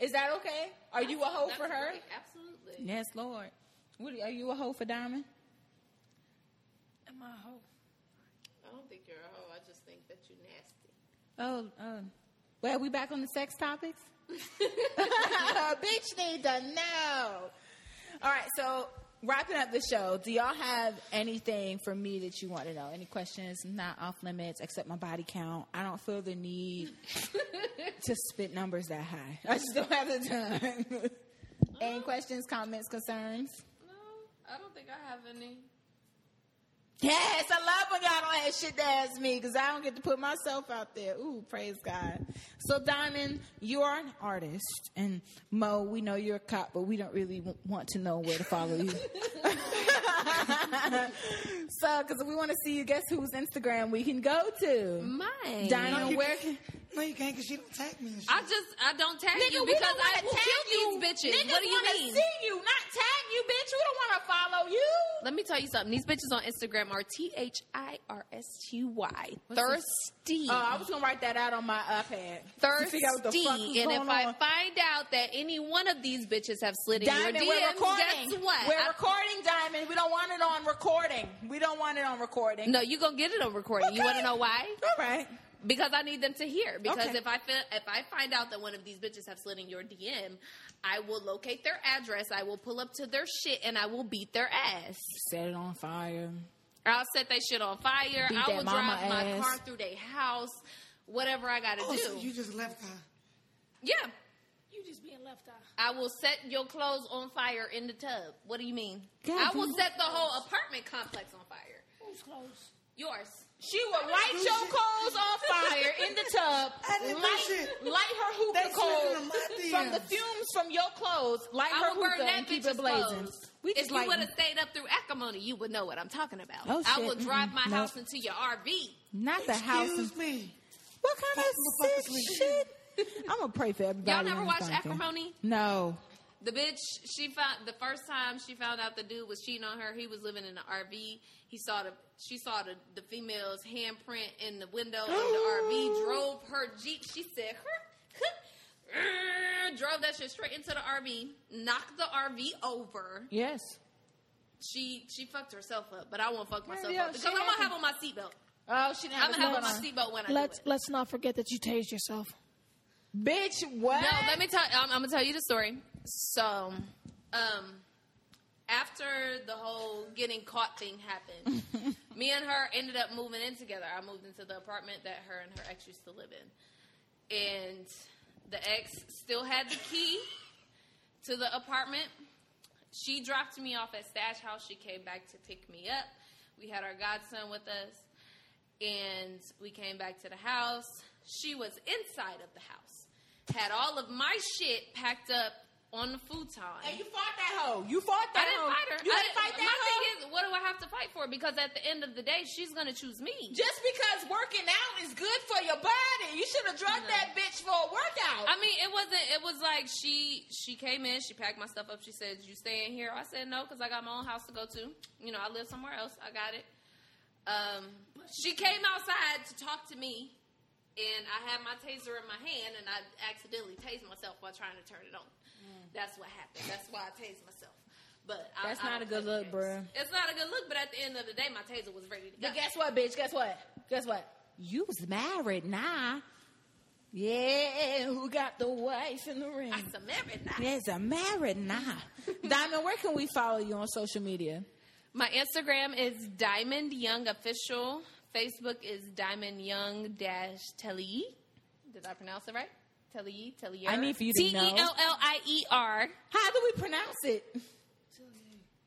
Speaker 1: Is that okay? Are you a hoe for her?
Speaker 3: Absolutely, Absolutely.
Speaker 1: Yes, Lord. What are you a hoe for Diamond?
Speaker 2: Am I a hoe?
Speaker 3: I don't think you're a hoe. I just think that you're nasty.
Speaker 1: Oh, oh. Well, we back on the sex topics? Bitch need to know. All right, so wrapping up the show, do y'all have anything for me that you want to know? Any questions? Not off limits, except my body count. I don't feel the need to spit numbers that high. I just don't have the
Speaker 2: Uh-huh.
Speaker 1: time. any questions, comments, concerns?
Speaker 3: No, I don't think I have any.
Speaker 1: Yes, I love when y'all don't have shit to ask me because I don't get to put myself out there. Ooh, praise God. So, Diamond, you are an artist, and Mo, we know you're a cop, but we don't really w- want to know where to follow you. so, because we want to see you, guess whose Instagram we can go to?
Speaker 3: Mine.
Speaker 1: Diamond, where can
Speaker 4: No, you can't because she don't tag me. And shit.
Speaker 3: I just I don't tag
Speaker 1: Nigga,
Speaker 3: you
Speaker 1: we
Speaker 3: because
Speaker 1: don't
Speaker 3: I
Speaker 1: want
Speaker 3: will
Speaker 1: to tag
Speaker 3: kill
Speaker 1: you.
Speaker 3: these bitches.
Speaker 1: Niggas
Speaker 3: what do you
Speaker 1: wanna
Speaker 3: mean?
Speaker 1: see you, not tag you, bitch. We don't want to follow you.
Speaker 3: Let me tell you something. These bitches on Instagram are T H I R S T Y. Thirsty.
Speaker 1: Oh, I was gonna write that out on my iPad. To
Speaker 3: thirsty.
Speaker 1: figure out what the fuck was
Speaker 3: and if
Speaker 1: going
Speaker 3: I
Speaker 1: on.
Speaker 3: find out that any one of these bitches have slid in your
Speaker 1: Diamond, we're
Speaker 3: DMs,
Speaker 1: recording.
Speaker 3: guess what?
Speaker 1: We're
Speaker 3: I-
Speaker 1: recording, Diamond. We don't want it on recording. We don't want it on recording.
Speaker 3: no, you gonna get it on recording. You
Speaker 1: Okay.
Speaker 3: wanna know why?
Speaker 1: All right.
Speaker 3: Because I need them to hear. Because
Speaker 1: Okay.
Speaker 3: if I feel, if I find out that one of these bitches have slid in your DM, I will locate their address. I will pull up to their shit and I will beat their ass.
Speaker 1: Set it on fire.
Speaker 3: I'll set that shit on fire.
Speaker 1: Beat
Speaker 3: I
Speaker 1: that
Speaker 3: will
Speaker 1: mama
Speaker 3: drive my
Speaker 1: ass.
Speaker 3: car through their house. Whatever I gotta
Speaker 4: oh,
Speaker 3: do.
Speaker 4: so you just left her.
Speaker 3: yeah.
Speaker 6: You just being left out.
Speaker 3: I will set your clothes on fire in the tub. What do you mean?
Speaker 1: God
Speaker 3: I will
Speaker 1: damn.
Speaker 3: set the whole apartment complex on fire.
Speaker 6: Who's close?
Speaker 3: Yours.
Speaker 1: She will light your coals on fire in the tub.
Speaker 4: I didn't do
Speaker 1: Light,
Speaker 4: shit.
Speaker 1: light her
Speaker 4: They
Speaker 1: hookah
Speaker 4: slid
Speaker 1: coals
Speaker 4: into my
Speaker 1: from the
Speaker 4: DMs.
Speaker 1: fumes from your clothes. Light
Speaker 3: I
Speaker 1: her
Speaker 3: will burn
Speaker 1: hookah
Speaker 3: that
Speaker 1: and keep
Speaker 3: bitch's
Speaker 1: it blazing.
Speaker 3: clothes.
Speaker 1: We
Speaker 3: if
Speaker 1: just
Speaker 3: you would
Speaker 1: lighten.
Speaker 3: have stayed up through acrimony, you would know what I'm talking about.
Speaker 1: Oh,
Speaker 3: I
Speaker 1: shit.
Speaker 3: will drive
Speaker 1: Mm-mm.
Speaker 3: my
Speaker 1: Nope.
Speaker 3: house into your RV.
Speaker 1: Not the
Speaker 4: Excuse me.
Speaker 1: What kind
Speaker 4: Fuck
Speaker 1: of
Speaker 4: the
Speaker 1: sick
Speaker 4: fuckers
Speaker 1: shit? I'm gonna pray for everybody.
Speaker 3: Y'all never
Speaker 1: on
Speaker 3: watched
Speaker 1: this fucking-
Speaker 3: Acrimony?
Speaker 1: No.
Speaker 3: The bitch, she found the first time she found out the dude was cheating on her. He was living in an RV. He saw the she saw the, the female's handprint in the window of the RV. Drove her jeep. She said, drove that shit straight into the RV. Knocked the RV over.
Speaker 1: Yes.
Speaker 3: She she fucked herself up, but I won't fuck myself
Speaker 1: yeah,
Speaker 3: up because
Speaker 1: she
Speaker 3: I'm gonna
Speaker 1: had
Speaker 3: have on my seatbelt.
Speaker 1: Oh, she didn't have
Speaker 3: I'm gonna have
Speaker 1: a
Speaker 3: on my
Speaker 1: seat.
Speaker 3: seatbelt when I
Speaker 2: Let's
Speaker 3: do it.
Speaker 2: let's not forget that you tased yourself.
Speaker 1: Bitch, what?
Speaker 3: No, let me tell. I'm, I'm gonna tell you the story. So, um, after the whole getting caught thing happened, me and her ended up moving in together. I moved into the apartment that her and her ex used to live in, and the ex still had the key to the apartment. She dropped me off at Stash House. She came back to pick me up. We had our godson with us, and we came back to the house. She was inside of the house, had all of my shit packed up on the futon.
Speaker 1: And you fought that hoe. You fought
Speaker 3: I
Speaker 1: that
Speaker 3: didn't
Speaker 1: hoe.
Speaker 3: fight her.
Speaker 1: You
Speaker 3: I
Speaker 1: didn't fight
Speaker 3: didn't-
Speaker 1: that
Speaker 3: my
Speaker 1: hoe.
Speaker 3: thing is, what do I have to fight for? Because at the end of the day, she's gonna choose me.
Speaker 1: Just because working out is good for your body, you should have drugged that bitch for a workout.
Speaker 3: I mean, it wasn't. It was like she she came in, she packed my stuff up. She said, "You staying here?" I said, "No, because I got my own house to go to. You know, I live somewhere else. I got it." Um, she came outside to talk to me, and I had my taser in my hand, and I accidentally tased myself while trying to turn it on. That's what happened. That's why I tased myself. But I-
Speaker 1: Mm. That's
Speaker 3: I
Speaker 1: not
Speaker 3: don't
Speaker 1: a good
Speaker 3: play
Speaker 1: look,
Speaker 3: games.
Speaker 1: bruh.
Speaker 3: It's not a good look. But at the end of the day, my taser was ready to go.
Speaker 1: But guess what, bitch? Guess what? Guess what? You was married, nah. Yeah, who got the wife in the ring?
Speaker 3: I submitted now.
Speaker 1: There's a married, nah. Diamond, where can we follow you on social media?
Speaker 3: My Instagram is Diamond Young Official. Facebook is Diamond Young Dash Telly. Did I pronounce it right? Telly, Telly.
Speaker 1: I need for you to know.
Speaker 3: T E L L I E R.
Speaker 1: How do we pronounce it?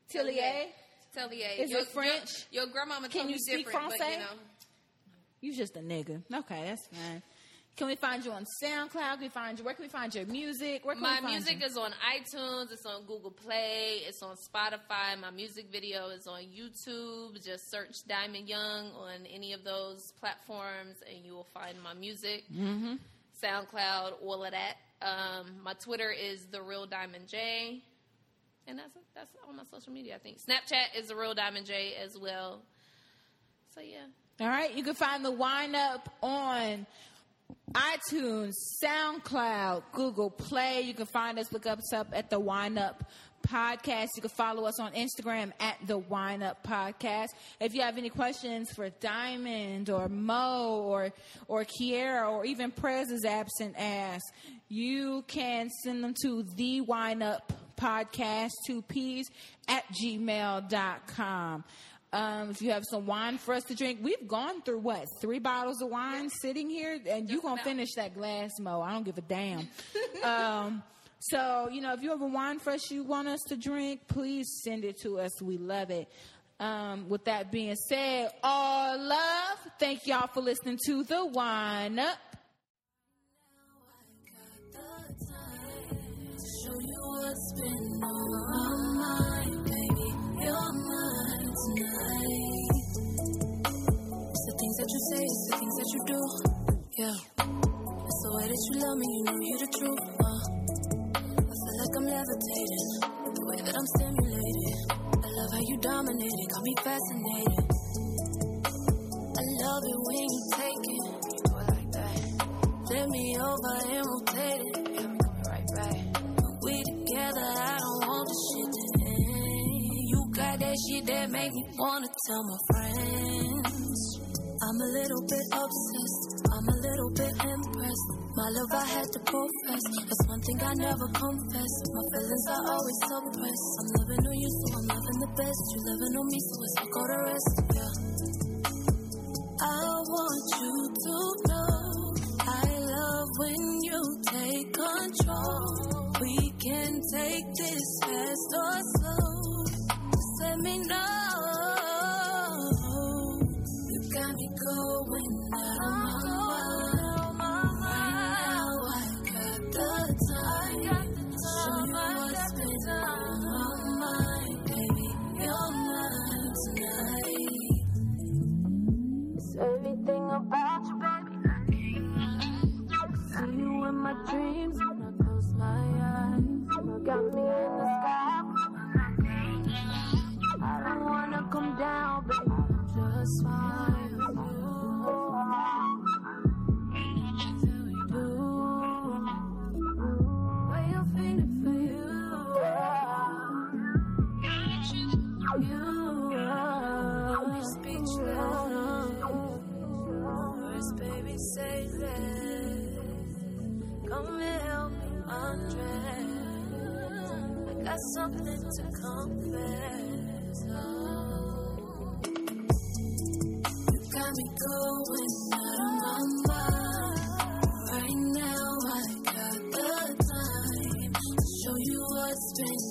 Speaker 1: Tillier.
Speaker 3: Tellier.
Speaker 1: Is it French?
Speaker 3: Your, your grandmama
Speaker 1: Can
Speaker 3: told
Speaker 1: you
Speaker 3: me
Speaker 1: speak
Speaker 3: different, but
Speaker 1: Francais?
Speaker 3: you know.
Speaker 1: You just a nigga. Okay, that's fine. Can we find you on SoundCloud? Can we find you? Where can we find your music? Where can we
Speaker 3: My
Speaker 1: find
Speaker 3: music
Speaker 1: you?
Speaker 3: is on iTunes, it's on Google Play, it's on Spotify. My music video is on YouTube. Just search Diamond Young on any of those platforms and you will find my music. Mm-hmm. SoundCloud, all of that. Um, my Twitter is the real Diamond J, and that's that's all my social media. I think Snapchat is the real Diamond J as well. So yeah,
Speaker 1: All right, you can find the wine up on iTunes, SoundCloud, Google Play. You can find us, look us up at the Wine Up Podcast. You can follow us on Instagram at the Wine Up Podcast. If you have any questions for Diamond or Mo or or Kiera or even Prez's absent ass, you can send them to the Wine Up Podcast two P's at gmail.com. Um, if you have some wine for us to drink, we've gone through what three bottles of wine sitting here, and you gonna
Speaker 3: about.
Speaker 1: finish that glass, Mo. I don't give a damn. um, so you know, if you have a wine for us you want us to drink, please send it to us. We love it. Um, with that being said, all love. Thank y'all for listening to the wine up.
Speaker 5: Show you what's been on my mind, baby. You're mine tonight. It's the things that you say, it's the things that you do. Yeah. that you love me, you know you the truth. Uh, I feel like I'm levitating. The way that I'm stimulated. I love how you dominate it, got me fascinated. I love it when you take it. You do it like that. Flip me over and rotate it. Yeah, I'm coming right back. When we together, I don't want this shit to end. You got that shit that make me wanna tell my friends. I'm a little bit obsessed. I'm a little bit impressed. My love, I had to profess. That's one thing I never confess. My feelings are always suppressed. I'm loving on you, so I'm loving the best. You loving on me, so it's like all the rest. Yeah. I want you to know I love when you take control. We can take this fast or slow. Just let me know. You got me going out of my mind. Right now, I got the time. Show you what's been on my mind, baby. You're mine tonight. Everything about you, baby. See you in my dreams when I close my eyes. You got me in the sky. I don't wanna come down, baby. I'm just fine. with you. Till we do. Way I'm feeling for you. You are speechless, baby. Say that. Come and help me undress. I got something to confess. Oh, you got me going out of my mind. Right now, I got the time to show you what's been